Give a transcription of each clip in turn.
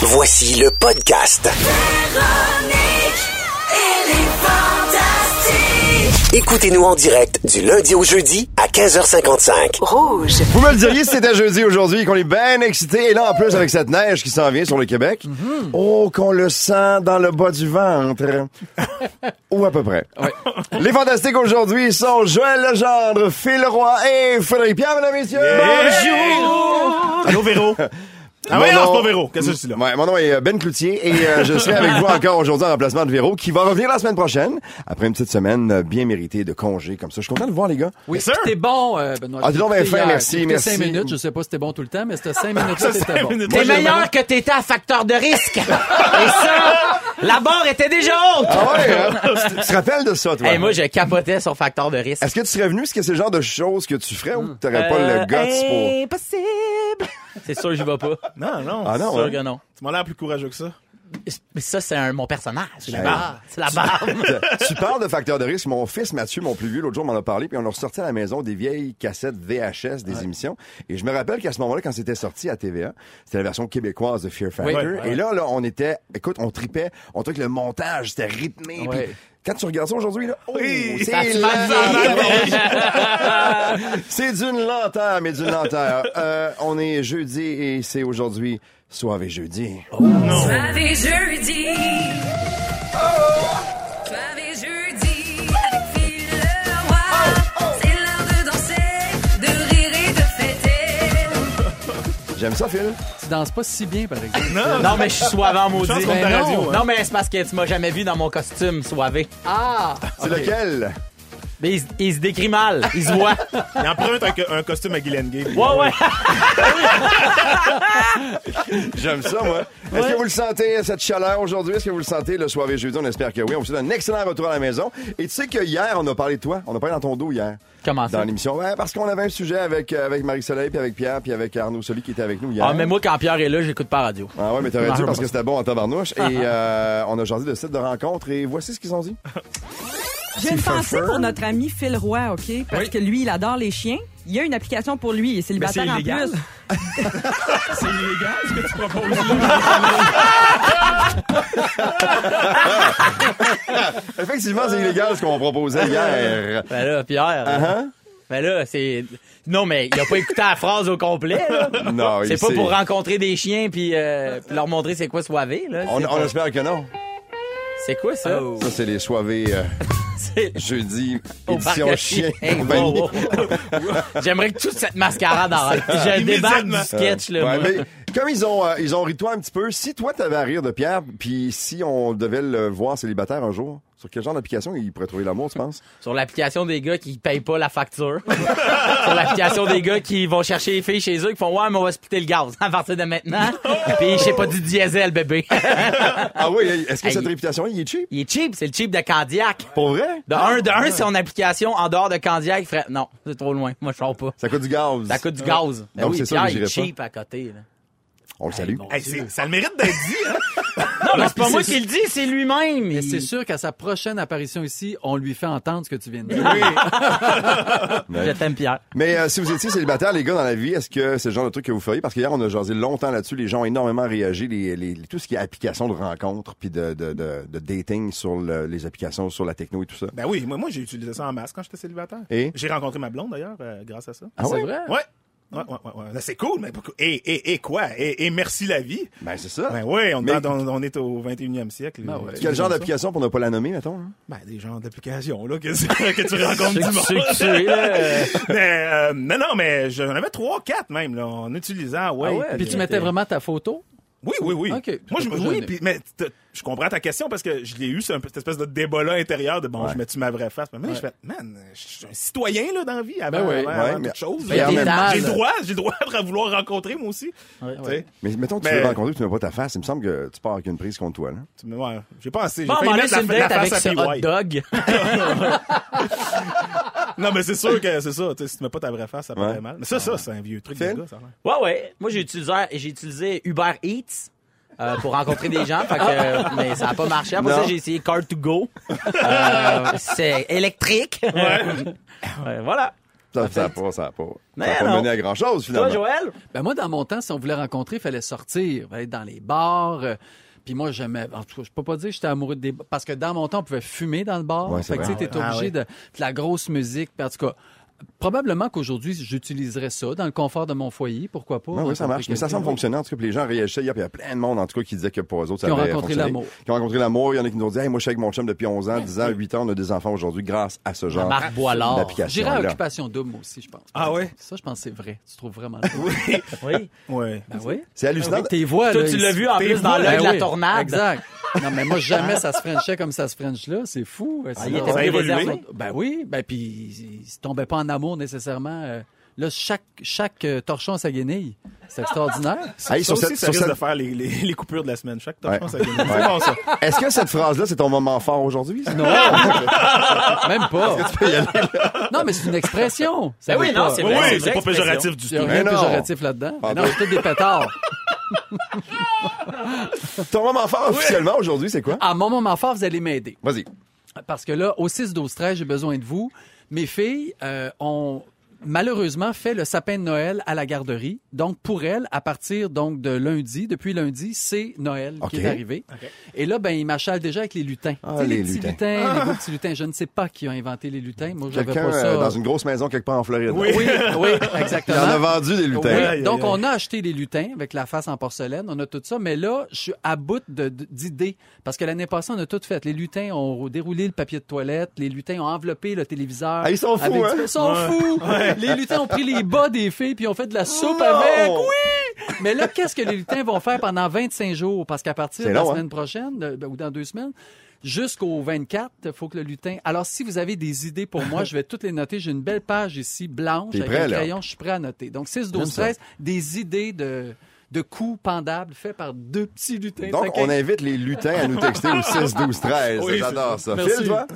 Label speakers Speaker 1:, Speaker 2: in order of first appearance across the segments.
Speaker 1: Voici le podcast. Écoutez-nous en direct du lundi au jeudi à 15h55.
Speaker 2: Vous me le diriez si c'était jeudi aujourd'hui, qu'on est bien excité. Et là, en plus, avec cette neige qui s'en vient sur le Québec,
Speaker 3: Mhm.
Speaker 2: oh, qu'on le sent dans le bas du ventre. Ou à peu près. Les fantastiques aujourd'hui sont Joël Legendre, Phil Roy et Frédéric Pierre, mesdames et messieurs.
Speaker 3: Bonjour! Allô, Véro? Ah
Speaker 2: Mon
Speaker 3: ouais, non,
Speaker 2: nom-
Speaker 3: c'est pas Véro. Qu'est-ce que c'est là?
Speaker 2: Ouais, mon nom est euh, Ben Cloutier et euh, je serai avec vous encore aujourd'hui en remplacement de Véro qui va revenir la semaine prochaine après une petite semaine euh, bien méritée de congé comme ça. Je suis content de vous voir les gars.
Speaker 4: Oui,
Speaker 3: Yes, sir.
Speaker 4: c'était bon, euh, Benoît.
Speaker 2: Ah, dis donc, ben,
Speaker 4: Écoutez,
Speaker 2: fin,
Speaker 4: hier,
Speaker 2: merci,
Speaker 4: écoutez
Speaker 2: merci.
Speaker 4: cinq minutes, je sais pas si c'était bon tout le temps, mais c'était cinq minutes,
Speaker 3: cinq
Speaker 4: c'était bon.
Speaker 3: minutes. Moi,
Speaker 5: T'es
Speaker 3: j'ai-
Speaker 5: meilleur que t'étais à facteur de risque. Et ça, la barre était déjà haute.
Speaker 2: Ah ouais, hein? tu tu te rappelles de ça, toi?
Speaker 5: Hey, moi, je capotais sur facteur de risque.
Speaker 2: Est-ce que tu serais venu? Est-ce que c'est le genre de choses que tu ferais ou t'aurais pas le guts pour...
Speaker 5: Hmm. Euh, Impossible. C'est sûr, j'y vais pas.
Speaker 3: Non, non.
Speaker 2: Ah non,
Speaker 5: sûr
Speaker 2: hein?
Speaker 5: que non.
Speaker 3: Tu m'as l'air plus courageux que ça.
Speaker 5: Mais ça, c'est un, mon personnage. C'est la
Speaker 2: Hey.
Speaker 5: barbe. C'est la barbe.
Speaker 2: tu parles de facteurs de risque. Mon fils Mathieu, mon plus vieux, l'autre jour m'en a parlé, puis on a ressorti à la maison des vieilles cassettes VHS des émissions. Et je me rappelle qu'à ce moment-là, quand c'était sorti à TVA, c'était la version québécoise de Fear Factor.
Speaker 3: Oui.
Speaker 2: Et là, là, on était, écoute, on tripait, on trouvait que le montage, c'était rythmé.
Speaker 4: Ouais.
Speaker 2: puis quand tu regardes ça aujourd'hui, là, oh,
Speaker 3: Oui,
Speaker 2: c'est
Speaker 5: ça se passe
Speaker 2: lent.
Speaker 5: bien.
Speaker 2: C'est d'une lenteur, mais d'une lenteur. Euh, on est jeudi et c'est aujourd'hui soirée jeudi.
Speaker 6: Soir et jeudi. Soir et jeudi. Avec Phil Leroy. C'est l'heure de danser, de rire et de fêter.
Speaker 2: J'aime ça, Phil.
Speaker 4: Tu danses pas si bien, par exemple.
Speaker 5: Non, mais je suis soivé en maudit.
Speaker 3: Je pense qu'on est à la
Speaker 5: Ben
Speaker 3: radio,
Speaker 5: non.
Speaker 3: hein.
Speaker 5: Non, mais c'est parce que tu m'as jamais vu dans mon costume soivé.
Speaker 4: Ah!
Speaker 2: C'est lequel?
Speaker 5: Mais il, se- il se décrit mal. Il se voit.
Speaker 3: Il emprunte un, un costume à Guylaine Gay.
Speaker 5: Ouais, ouais.
Speaker 2: J'aime ça, moi. Est-ce que vous le sentez, cette chaleur aujourd'hui? Est-ce que vous le sentez le soir et jeudi? On espère que oui. On vous souhaite un excellent retour à la maison. Et tu sais que hier, on a parlé de toi. On a parlé dans ton dos hier.
Speaker 5: Comment ça?
Speaker 2: Dans l'émission. Ouais, parce qu'on avait un sujet avec, euh, avec Marie-Soleil, puis avec Pierre, puis avec Arnaud Soli qui était avec nous hier.
Speaker 5: Ah, mais moi, quand Pierre est là, j'écoute pas la radio.
Speaker 2: Ah ouais, mais t'aurais dû parce que c'était bon en tabarnouche. Et euh, on a jasé de site de rencontre et voici ce qu'ils ont dit.
Speaker 7: J'ai une
Speaker 2: C'est
Speaker 7: pensée
Speaker 2: fun.
Speaker 7: pour notre ami Phil Roy, OK? Parce que lui, il adore les chiens. Il y a une application pour lui. Il est
Speaker 2: Ben,
Speaker 7: célibataire en plus.
Speaker 3: C'est illégal ce que tu proposes.
Speaker 2: Effectivement,
Speaker 5: Euh.
Speaker 2: c'est illégal ce qu'on proposait hier.
Speaker 5: Ben là, Pierre.
Speaker 2: Uh-huh.
Speaker 5: Ben là, c'est. Non, mais il a pas écouté la phrase au complet, là.
Speaker 2: Non, il
Speaker 5: C'est pas
Speaker 2: sait.
Speaker 5: pour rencontrer des chiens puis, euh, puis leur montrer c'est quoi soivé, là.
Speaker 2: On,
Speaker 5: C'est
Speaker 2: on
Speaker 5: pas-
Speaker 2: espère que non.
Speaker 5: C'est quoi ça?
Speaker 2: Ça, c'est les soivés euh,
Speaker 5: C'est-
Speaker 2: jeudi,
Speaker 5: Au
Speaker 2: édition
Speaker 5: parc-
Speaker 2: chien. Ben
Speaker 5: Hey,
Speaker 2: compagnie.
Speaker 5: wow, wow. J'aimerais que toute cette mascarade arrête. Je débarque
Speaker 3: Immédiatement.
Speaker 5: du sketch, là.
Speaker 2: Ouais,
Speaker 5: moi.
Speaker 2: mais comme ils ont, euh, ils ont ri de toi un petit peu, si toi t'avais à rire de Pierre, puis si on devait le voir célibataire un jour, sur quel genre d'application il pourrait trouver l'amour, tu penses?
Speaker 5: Sur l'application des gars qui payent pas la facture. Sur l'application des gars qui vont chercher les filles chez eux, qui font Ouais, mais on va splitter le gaz à partir de maintenant. Puis je sais pas du diesel, bébé.
Speaker 2: Ah oui, est-ce que
Speaker 5: Hey.
Speaker 2: cette réputation, il est cheap?
Speaker 5: Il est cheap, c'est le cheap de Candiac.
Speaker 2: Pour vrai?
Speaker 5: De un, de un, si on application en dehors de Candiac, frère. Non, c'est trop loin. Moi, je sors pas.
Speaker 2: Ça coûte du gaz.
Speaker 5: Ça coûte du gaz. Ben
Speaker 2: Donc,
Speaker 5: oui,
Speaker 2: c'est ça
Speaker 5: Pierre,
Speaker 2: que
Speaker 5: il est
Speaker 2: j'irais pas.
Speaker 5: cheap à côté. Là.
Speaker 2: On le salue.
Speaker 3: Hey, c'est- ça a le mérite d'être dit, hein?
Speaker 5: Non, mais c'est pas moi qui le dis, c'est lui-même.
Speaker 4: Mais
Speaker 5: Il-
Speaker 4: c'est sûr qu'à sa prochaine apparition ici, on lui fait entendre ce que tu viens de dire.
Speaker 5: Je t'aime, Pierre.
Speaker 2: Mais euh, si vous étiez célibataire, les gars, dans la vie, est-ce que c'est le genre de truc que vous feriez? Parce qu'hier, on a jasé longtemps là-dessus. Les gens ont énormément réagi. Les, les- tout ce qui est application de rencontre, puis de, de, de, de dating sur le- les applications, sur la techno et tout ça.
Speaker 3: Ben oui, moi, moi j'ai utilisé ça en masse quand j'étais célibataire.
Speaker 2: Et?
Speaker 3: J'ai rencontré ma blonde, d'ailleurs, euh, grâce à ça.
Speaker 2: Ah ouais?
Speaker 4: vrai?
Speaker 3: Ouais. Ouais, ouais, ouais. ouais. C'est cool, mais pourquoi- et, et, et quoi? Et, et merci la vie.
Speaker 2: Ben, c'est ça.
Speaker 3: Ben oui, on,
Speaker 2: Mais-
Speaker 3: on- on est au 21e siècle.
Speaker 4: Ben ouais.
Speaker 2: Quel genre d'application pour ne pas la nommer, mettons? hein?
Speaker 3: Ben, des genres d'applications, là, que, que tu rencontres du
Speaker 5: Ceux
Speaker 3: monde.
Speaker 5: que tu es, là, euh,
Speaker 3: mais, euh, non, non, mais j'en avais trois, quatre même, là, en utilisant, ouais.
Speaker 4: Ah ouais, Puis tu mettais vraiment ta photo?
Speaker 3: Oui, oui, oui.
Speaker 4: Ok.
Speaker 3: Moi, je,
Speaker 4: T'as pas
Speaker 3: oui,
Speaker 4: gêné.
Speaker 3: puis- mais t'as- je comprends ta question parce que je l'ai eu, c'est un peu cette espèce de débat-là intérieur de bon, je mets-tu ma vraie face. Mais maintenant, je fais, man, je suis un citoyen, là, dans la vie, avant,
Speaker 4: Ben oui.
Speaker 3: avant-
Speaker 2: Ouais,
Speaker 3: avant
Speaker 2: mais-
Speaker 3: toute chose.
Speaker 2: Mais
Speaker 3: là.
Speaker 2: en
Speaker 3: J'ai
Speaker 2: même
Speaker 4: temps,
Speaker 3: le
Speaker 4: là.
Speaker 3: droit, j'ai le droit de vouloir rencontrer, moi aussi. Tu sais,
Speaker 2: Mais mettons que tu
Speaker 3: Mais-
Speaker 2: veux rencontrer, tu mets pas ta face. Il me semble que tu pars avec une prise contre toi. Là.
Speaker 3: tu me- ouais, j'ai pensé, j'ai
Speaker 5: Bon,
Speaker 3: failli
Speaker 5: on
Speaker 3: mettre
Speaker 5: laisse
Speaker 3: la,
Speaker 5: une
Speaker 3: la
Speaker 5: date avec
Speaker 3: face
Speaker 5: ce
Speaker 3: à
Speaker 5: hot
Speaker 3: PY.
Speaker 5: dog.
Speaker 3: Non, mais c'est sûr que c'est ça, tu sais, si tu mets pas ta vraie face, ça paraît
Speaker 2: Ouais.
Speaker 3: mal. Mais ça, ça, c'est un vieux truc, de
Speaker 2: Phil?
Speaker 3: gars, ça. a l'air.
Speaker 5: Ouais, ouais. Moi, j'ai utilisé, j'ai utilisé Uber Eats. euh, pour rencontrer des gens, fait que, euh, mais ça n'a pas marché. Après
Speaker 2: Non.
Speaker 5: ça, j'ai essayé Car to Go. Euh, c'est électrique. Ouais. voilà.
Speaker 2: Ça n'a pas, ça n'a pas. Ça n'a
Speaker 5: Mais
Speaker 2: pas
Speaker 5: non.
Speaker 2: mené à grand-chose,
Speaker 5: Toi,
Speaker 2: finalement.
Speaker 5: Joël?
Speaker 4: Ben moi, dans mon temps, si on voulait rencontrer, il fallait sortir, fallait être dans les bars. euh, Puis moi, j'aimais. En tout cas, je peux pas dire que j'étais amoureux de des Parce que dans mon temps, on pouvait fumer dans le bar.
Speaker 2: Ouais, c'est
Speaker 4: fait que tu
Speaker 2: vrai.
Speaker 4: sais, t'es obligé de, de la grosse musique. Puis en tout cas, probablement qu'aujourd'hui, j'utiliserais ça dans le confort de mon foyer. Pourquoi pas?
Speaker 2: Ouais, Ah oui, ça
Speaker 4: rencontrer
Speaker 2: marche. Mais ça
Speaker 4: quelqu'un.
Speaker 2: semble fonctionner. En tout cas, puis les gens réagissaient hier, puis il y a plein de monde, en tout cas, qui disaient que pour eux autres, ça
Speaker 4: Qui ont
Speaker 2: avait
Speaker 4: rencontré
Speaker 2: fonctionné.
Speaker 4: l'amour.
Speaker 2: Qui ont rencontré l'amour. Il y en a qui nous ont dit, hey, moi, je suis avec mon chum depuis 11 ans, 10 ans, 8 ans, on a des enfants aujourd'hui grâce à ce genre
Speaker 5: Marc Boilard.
Speaker 2: d'application.
Speaker 4: Ah, J'irais à Occupation Double moi aussi, je pense.
Speaker 3: Ah ouais?
Speaker 4: Ça, je pense que c'est vrai. Tu trouves vraiment le fun.
Speaker 5: Oui.
Speaker 3: Ouais.
Speaker 4: Ben oui.
Speaker 2: C'est hallucinant.
Speaker 4: Tes voix,
Speaker 5: Toi,
Speaker 4: là,
Speaker 5: tu
Speaker 4: ils-
Speaker 5: l'as vu en
Speaker 4: tes
Speaker 5: plus
Speaker 4: voix,
Speaker 5: dans l'œil
Speaker 4: ben
Speaker 5: de la
Speaker 4: oui,
Speaker 5: tornade.
Speaker 4: Exact. Non, mais moi, jamais ça se Frenchait comme ça se French là. C'est fou.
Speaker 2: Ah,
Speaker 4: C'est
Speaker 5: il
Speaker 4: non.
Speaker 5: était
Speaker 3: Ça a
Speaker 5: bien
Speaker 3: évolué.
Speaker 5: réservé.
Speaker 4: Ben oui, ben puis ils ils se tombaient pas en amour nécessairement. euh, Là, chaque, chaque euh, torchon a sa guenille. C'est extraordinaire.
Speaker 2: Hey,
Speaker 3: Ça
Speaker 2: sur
Speaker 3: aussi,
Speaker 2: cette- sur
Speaker 3: ça risque
Speaker 2: cette-
Speaker 3: de faire les, les, les coupures de la semaine. Chaque torchon,
Speaker 2: Ouais.
Speaker 3: ça gagne. C'est bon, ça.
Speaker 2: Est-ce que cette phrase-là, c'est ton moment fort aujourd'hui? ça?
Speaker 4: Non, même pas. Non, mais c'est une expression. Ça
Speaker 5: Ben
Speaker 4: veut
Speaker 5: oui, non,
Speaker 4: pas-
Speaker 5: c'est
Speaker 3: Oui,
Speaker 5: vrai,
Speaker 3: oui,
Speaker 5: c'est
Speaker 3: c'est pas
Speaker 5: l'expression.
Speaker 3: péjoratif du
Speaker 4: Il y a
Speaker 3: tout.
Speaker 4: rien
Speaker 2: Mais
Speaker 4: de
Speaker 2: Ben non.
Speaker 4: péjoratif là-dedans. Mais
Speaker 2: Pardon.
Speaker 4: non, c'était des pétards.
Speaker 2: Ton moment fort officiellement aujourd'hui, c'est quoi?
Speaker 4: À mon moment fort, vous allez m'aider.
Speaker 2: Vas-y.
Speaker 4: Parce que là, au 6, 12, 13, j'ai besoin de vous. Mes filles euh, ont malheureusement fait le sapin de Noël à la garderie. Donc, pour elles, à partir donc de lundi, depuis lundi, c'est Noël
Speaker 2: OK.
Speaker 4: qui est arrivé. Et là, ben, ils m'achalent déjà avec les lutins.
Speaker 2: Ah,
Speaker 4: Tu sais,
Speaker 2: les
Speaker 4: les, petits
Speaker 2: lutins. Ah!
Speaker 4: lutins, les beaux petits lutins. Je ne sais pas qui a inventé les lutins. Moi, j'avais
Speaker 2: Quelqu'un
Speaker 4: pas ça.
Speaker 2: euh, dans une grosse maison quelque part en Floride.
Speaker 3: Oui.
Speaker 4: Oui, oui, exactement.
Speaker 2: Il en a vendu des lutins.
Speaker 4: Oui,
Speaker 3: Aïe, aïe,
Speaker 4: donc,
Speaker 3: aïe.
Speaker 4: on a acheté les lutins avec la face en porcelaine, on a tout ça, mais là, je suis à bout de- de- d'idées parce que l'année passée, on a tout fait. Les lutins ont déroulé le papier de toilette, les lutins ont enveloppé le téléviseur.
Speaker 2: Ah, ils sont fous,
Speaker 4: avec du-
Speaker 2: hein?
Speaker 4: Ils sont fous! Les lutins ont pris les bas des filles puis ont fait de la soupe avec! Oui! Mais là, qu'est-ce que les lutins vont faire pendant 25 jours? Parce qu'à partir
Speaker 2: C'est
Speaker 4: de la
Speaker 2: long, hein?
Speaker 4: semaine prochaine, de- ben, ou dans deux semaines, jusqu'au 24, il faut que le lutin... Alors, si vous avez des idées pour moi, je vais toutes les noter. J'ai une belle page ici, blanche,
Speaker 2: T'es
Speaker 4: avec
Speaker 2: prêt,
Speaker 4: un
Speaker 2: là?
Speaker 4: crayon. Je suis prêt à noter. Donc, 6, 12,
Speaker 2: ça.
Speaker 4: 13, des idées de, de coups pendables faits par deux petits lutins.
Speaker 2: Donc,
Speaker 4: Fait que-
Speaker 2: on invite les lutins à nous texter au 6, 12, 13.
Speaker 3: Oui,
Speaker 2: J'adore ça.
Speaker 4: Merci.
Speaker 2: Phil, toi?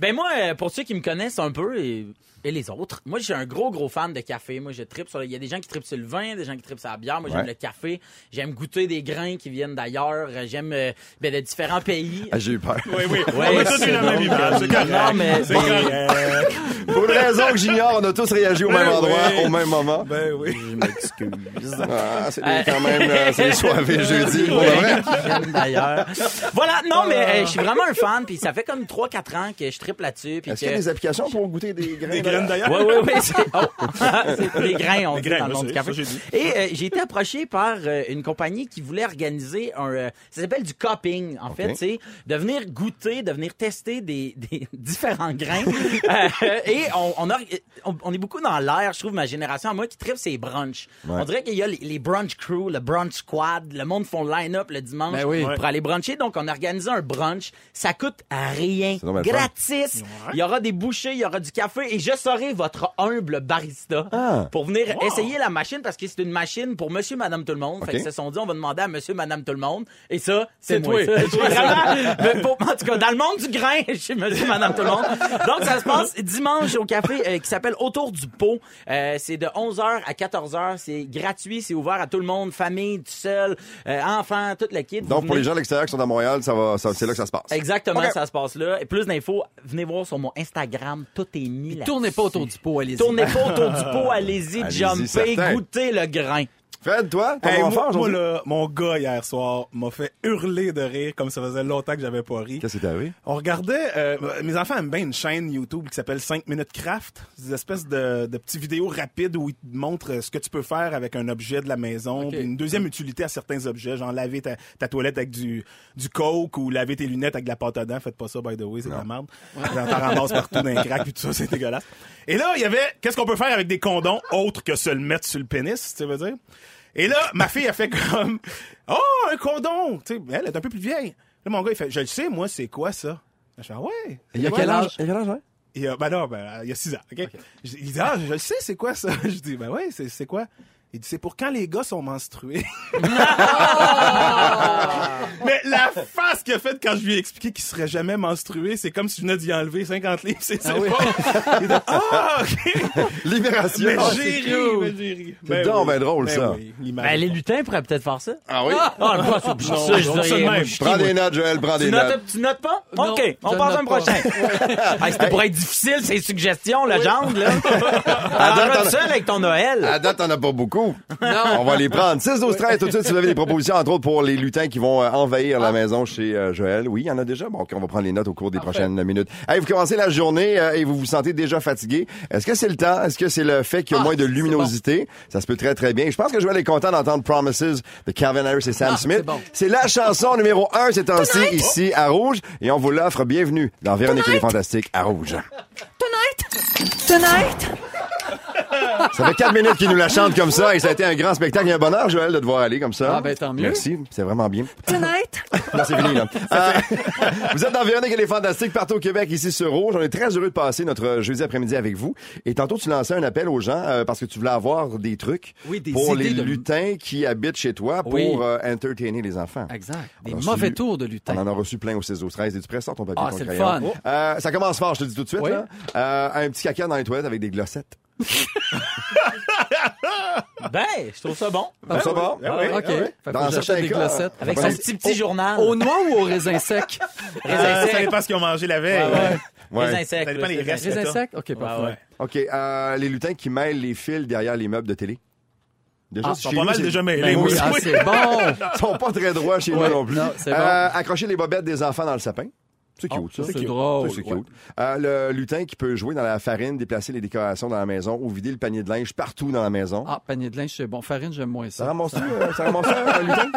Speaker 5: Ben moi, euh, pour ceux qui me connaissent un peu et, et les autres, moi, je suis un gros, gros fan de café. Moi, je tripe sur... le- Il y a des gens qui tripent sur le vin, des gens qui tripent sur la bière. Moi, j'aime
Speaker 2: Ouais.
Speaker 5: le café. J'aime goûter des grains qui viennent d'ailleurs. Euh, J'aime euh, ben, de différents pays.
Speaker 2: Ah, j'ai eu peur.
Speaker 3: Oui, oui. On a tous eu la même
Speaker 5: c'est donc,
Speaker 3: image.
Speaker 5: euh,
Speaker 3: C'est correct.
Speaker 5: non, mais-
Speaker 3: C'est
Speaker 5: bon.
Speaker 3: correct.
Speaker 2: Pour une raison que j'ignore, on a tous réagi au même
Speaker 3: Ben
Speaker 2: endroit,
Speaker 3: oui.
Speaker 2: au même moment.
Speaker 3: Ben oui.
Speaker 5: Je m'excuse.
Speaker 2: Ah, c'est
Speaker 5: Euh,
Speaker 2: des- quand même, euh, c'est des soirées jeudi, pour de vrai.
Speaker 5: J'aime d'ailleurs. Voilà, non, mais euh, je suis vraiment un fan, puis ça fait comme 3-4 ans que je tripe là-dessus. puis
Speaker 2: Est-ce qu'il y a
Speaker 5: que-
Speaker 2: des applications pour goûter des graines? euh?
Speaker 3: Les graines d'ailleurs.
Speaker 5: Oui, oui, oui. c'est- Oh. C'est les grains, on
Speaker 3: Les
Speaker 5: dit
Speaker 3: grains,
Speaker 5: dans le
Speaker 3: moi,
Speaker 5: monde du
Speaker 3: c'est- ça,
Speaker 5: café.
Speaker 3: j'ai dit.
Speaker 5: Et euh, j'ai été approché par euh, une compagnie qui voulait organiser un... euh, ça s'appelle du cupping, en fait. C'est de venir goûter, de venir tester des, des différents grains. Euh, et on, on, a- on- on est beaucoup dans l'air, je trouve, ma génération, à moi, qui tripe ses brunchs. On dirait qu'il y a les, les brunch crew, le brunch squad. Le monde font line-up le dimanche
Speaker 4: Ben oui.
Speaker 5: pour aller bruncher. Donc, on a organisé un brunch. Ça coûte rien.
Speaker 2: normal,
Speaker 5: Gratis gratis. Il y aura des bouchées, il y aura du café et je serai votre humble barista
Speaker 2: Ah.
Speaker 5: pour venir essayer la machine parce que c'est une machine pour monsieur, madame, tout le monde.
Speaker 2: OK.
Speaker 5: Fait qu'ils se sont dit, on va demander à monsieur, madame, tout le monde. Et ça, c'est
Speaker 4: C'est
Speaker 5: moi.
Speaker 4: toi.
Speaker 5: Je suis vraiment- mais pour- en tout cas, dans le monde du grain, je suis monsieur, madame, tout le monde. Donc, ça se passe dimanche au café euh, qui s'appelle Autour du pot. Euh, c'est de 11h à 14h. C'est gratuit, c'est ouvert à tout le monde, famille, tout seul, euh, enfants, toute la kit. Vous
Speaker 2: Donc, pour
Speaker 5: venez-
Speaker 2: les gens de l'extérieur qui sont à Montréal, ça va, ça- c'est là que ça se passe.
Speaker 5: Exactement, ça se passe là. Et plus d'infos, venez voir sur mon Instagram, tout est mis là.
Speaker 4: Tournez pas autour du pot, allez-y.
Speaker 5: Tournez pas autour du pot, allez-y,
Speaker 2: Allez-y,
Speaker 5: jumpez,
Speaker 2: certain.
Speaker 5: goûtez le grain.
Speaker 2: Fred, toi, ton
Speaker 3: Hey,
Speaker 2: moment fort
Speaker 3: moi, moi,
Speaker 2: aujourd'hui?
Speaker 3: là, mon gars, hier soir, m'a fait hurler de rire comme ça faisait longtemps que j'avais pas ri.
Speaker 2: Qu'est-ce qui t'est arrivé?
Speaker 3: On regardait, euh, mes enfants aiment bien une chaîne YouTube qui s'appelle 5 minutes craft, des espèces de, de petites vidéos rapides où ils te montrent euh, ce que tu peux faire avec un objet de la maison, puis une deuxième utilité à certains objets, genre laver ta, ta toilette avec du, du coke ou laver tes lunettes avec de la pâte à dents, faites pas ça by the way, c'est de la merde. T'en ramasses partout dans les cracks puis tout ça, c'est dégueulasse. Et là, il y avait qu'est-ce qu'on peut faire avec des condoms autres que se le mettre sur le pénis, tu veux dire Et là, ma fille a fait comme "Oh, un condom." Tu sais, elle est un peu plus vieille. Là, mon gars, il fait, je le sais, moi, c'est quoi ça? Je fais, ah ouais.
Speaker 4: Il y a quel âge?
Speaker 2: Il y a quel âge, hein?
Speaker 3: Il a, ben non, ben, il y a six ans, OK? Je- Il dit, ah, je le sais, c'est quoi ça? Je dis, ben ouais, c'est, c'est quoi? Il dit, c'est pour quand les gars sont menstrués. Mais la face qu'il a fait quand je lui ai expliqué qu'il serait jamais menstrué, c'est comme si je venais d'y enlever 50 livres, c'est ça. Ah, ok.
Speaker 2: Libération.
Speaker 3: Mais j'ai ri, mais j'ai ri.
Speaker 2: Oh, C'est donc ben drôle,
Speaker 3: ben
Speaker 2: ça.
Speaker 3: oui, l'image.
Speaker 5: Ben, les lutins pourraient peut-être faire ça.
Speaker 2: Ah oui?
Speaker 5: Ah, le c'est ça, je
Speaker 3: non, c'est
Speaker 5: dirais.
Speaker 3: le
Speaker 5: moi,
Speaker 3: même.
Speaker 5: je-
Speaker 2: Prends des notes, Joël, prends des
Speaker 5: Tu
Speaker 2: notes.
Speaker 5: notes, tu notes pas?
Speaker 4: Non,
Speaker 5: OK, on
Speaker 4: je
Speaker 5: passe à un
Speaker 4: note pas.
Speaker 5: prochain. Hey, C'était pour être difficile, ces suggestions, le genre, là.
Speaker 2: Adam,
Speaker 5: Alors,
Speaker 2: t'en-
Speaker 5: seul avec ton Noël.
Speaker 2: À date, t'en as pas beaucoup. On va les prendre. 6, 12, 13, tout de suite, si vous avez des propositions, entre autres pour les lutins qui vont euh, envahir
Speaker 4: Ah.
Speaker 2: la maison chez euh, Joël. Oui, il y en a déjà. Bon, ok, on va prendre les notes au cours des prochaines minutes. Hey, vous commencez la journée euh, et vous vous sentez déjà fatigué. Est-ce que c'est le temps? Est-ce que c'est le fait qu'il y a
Speaker 4: Ah,
Speaker 2: moins de
Speaker 4: c'est bon.
Speaker 2: luminosité? Ça se peut très, très bien. Je pense que Joël est content d'entendre Promises de Calvin Harris et Sam
Speaker 4: Ah,
Speaker 2: Smith.
Speaker 4: c'est bon.
Speaker 2: C'est la chanson numéro 1 ces temps-ci, ici, à Rouge. Et on vous l'offre. Bienvenue dans Véronique et les Fantastiques à Rouge.
Speaker 7: Tonight! Tonight!
Speaker 2: Ça fait quatre minutes qu'il nous la chante comme ça et ça a été un grand spectacle et un bonheur, Joël, de te voir aller comme ça.
Speaker 4: Ah, ben, tant mieux.
Speaker 2: Merci, c'est vraiment bien.
Speaker 7: Tonight!
Speaker 2: Non, c'est fini, là. Euh, vous êtes dans Véronique et les Fantastiques partout au Québec, ici sur Rouge. On est très heureux de passer notre jeudi après-midi avec vous. Et tantôt, tu lançais un appel aux gens euh, parce que tu voulais avoir des trucs
Speaker 4: Oui, des
Speaker 2: pour
Speaker 4: idées
Speaker 2: les
Speaker 4: de-
Speaker 2: lutins qui habitent chez toi pour
Speaker 4: Oui.
Speaker 2: euh, entertainer les enfants.
Speaker 4: Exact. Des
Speaker 2: On a
Speaker 4: mauvais
Speaker 2: reçu-
Speaker 4: tours de
Speaker 2: On
Speaker 4: lutin.
Speaker 2: en a reçu plein au 6 au 13. Es-tu prêt? Sors ton papier,
Speaker 4: Ah,
Speaker 2: ton
Speaker 4: c'est le
Speaker 2: crayon.
Speaker 4: fun.
Speaker 2: Euh, ça commence fort, je te le dis tout de suite.
Speaker 4: Oui.
Speaker 2: là. Euh, un petit caca dans les toilettes avec des glossettes.
Speaker 5: Ben, je trouve ça bon.
Speaker 2: Comme ça, bon?
Speaker 3: Ah oui,
Speaker 4: OK.
Speaker 3: ah oui.
Speaker 4: Fait que
Speaker 2: Dans
Speaker 4: j'achète
Speaker 2: certains
Speaker 4: des
Speaker 2: cas,
Speaker 4: glossettes.
Speaker 5: Avec
Speaker 2: Ah,
Speaker 5: son
Speaker 2: ben,
Speaker 5: petit, petit journal.
Speaker 4: Au noix ou aux raisins secs?
Speaker 5: Les
Speaker 3: Euh, Ça
Speaker 5: insectes.
Speaker 3: dépend ce qu'ils ont mangé la veille. Ah,
Speaker 5: Les insectes.
Speaker 3: Ça dépend
Speaker 5: là,
Speaker 3: des
Speaker 5: c'est
Speaker 3: restes.
Speaker 4: Raisins
Speaker 3: ça.
Speaker 4: secs? OK,
Speaker 2: Ah,
Speaker 4: parfait.
Speaker 5: Ouais, ouais.
Speaker 2: OK, euh, les lutins qui mêlent les fils derrière les meubles de télé. Déjà,
Speaker 4: Ah,
Speaker 2: c'est
Speaker 3: Ils sont
Speaker 2: chez
Speaker 3: pas
Speaker 2: nous,
Speaker 3: mal
Speaker 2: c'est-
Speaker 3: déjà mêlés.
Speaker 4: Ben oui,
Speaker 3: aussi.
Speaker 4: ah, c'est bon!
Speaker 2: Ils sont pas très droits chez nous
Speaker 4: Ouais,
Speaker 2: non plus. Euh,
Speaker 4: non, c'est bon.
Speaker 2: accrocher les bobettes des enfants dans le sapin. C'est cute,
Speaker 4: Oh,
Speaker 2: ça.
Speaker 4: ça, c'est
Speaker 2: cute.
Speaker 4: drôle,
Speaker 2: Ça, c'est cute.
Speaker 4: ouais.
Speaker 2: Euh, le lutin qui peut jouer dans la farine, déplacer les décorations dans la maison ou vider le panier de linge partout dans la maison.
Speaker 4: Ah, panier de linge, c'est bon. Farine, j'aime moins
Speaker 2: Ça
Speaker 4: ça.
Speaker 2: ramasse ça ramasse un lutin?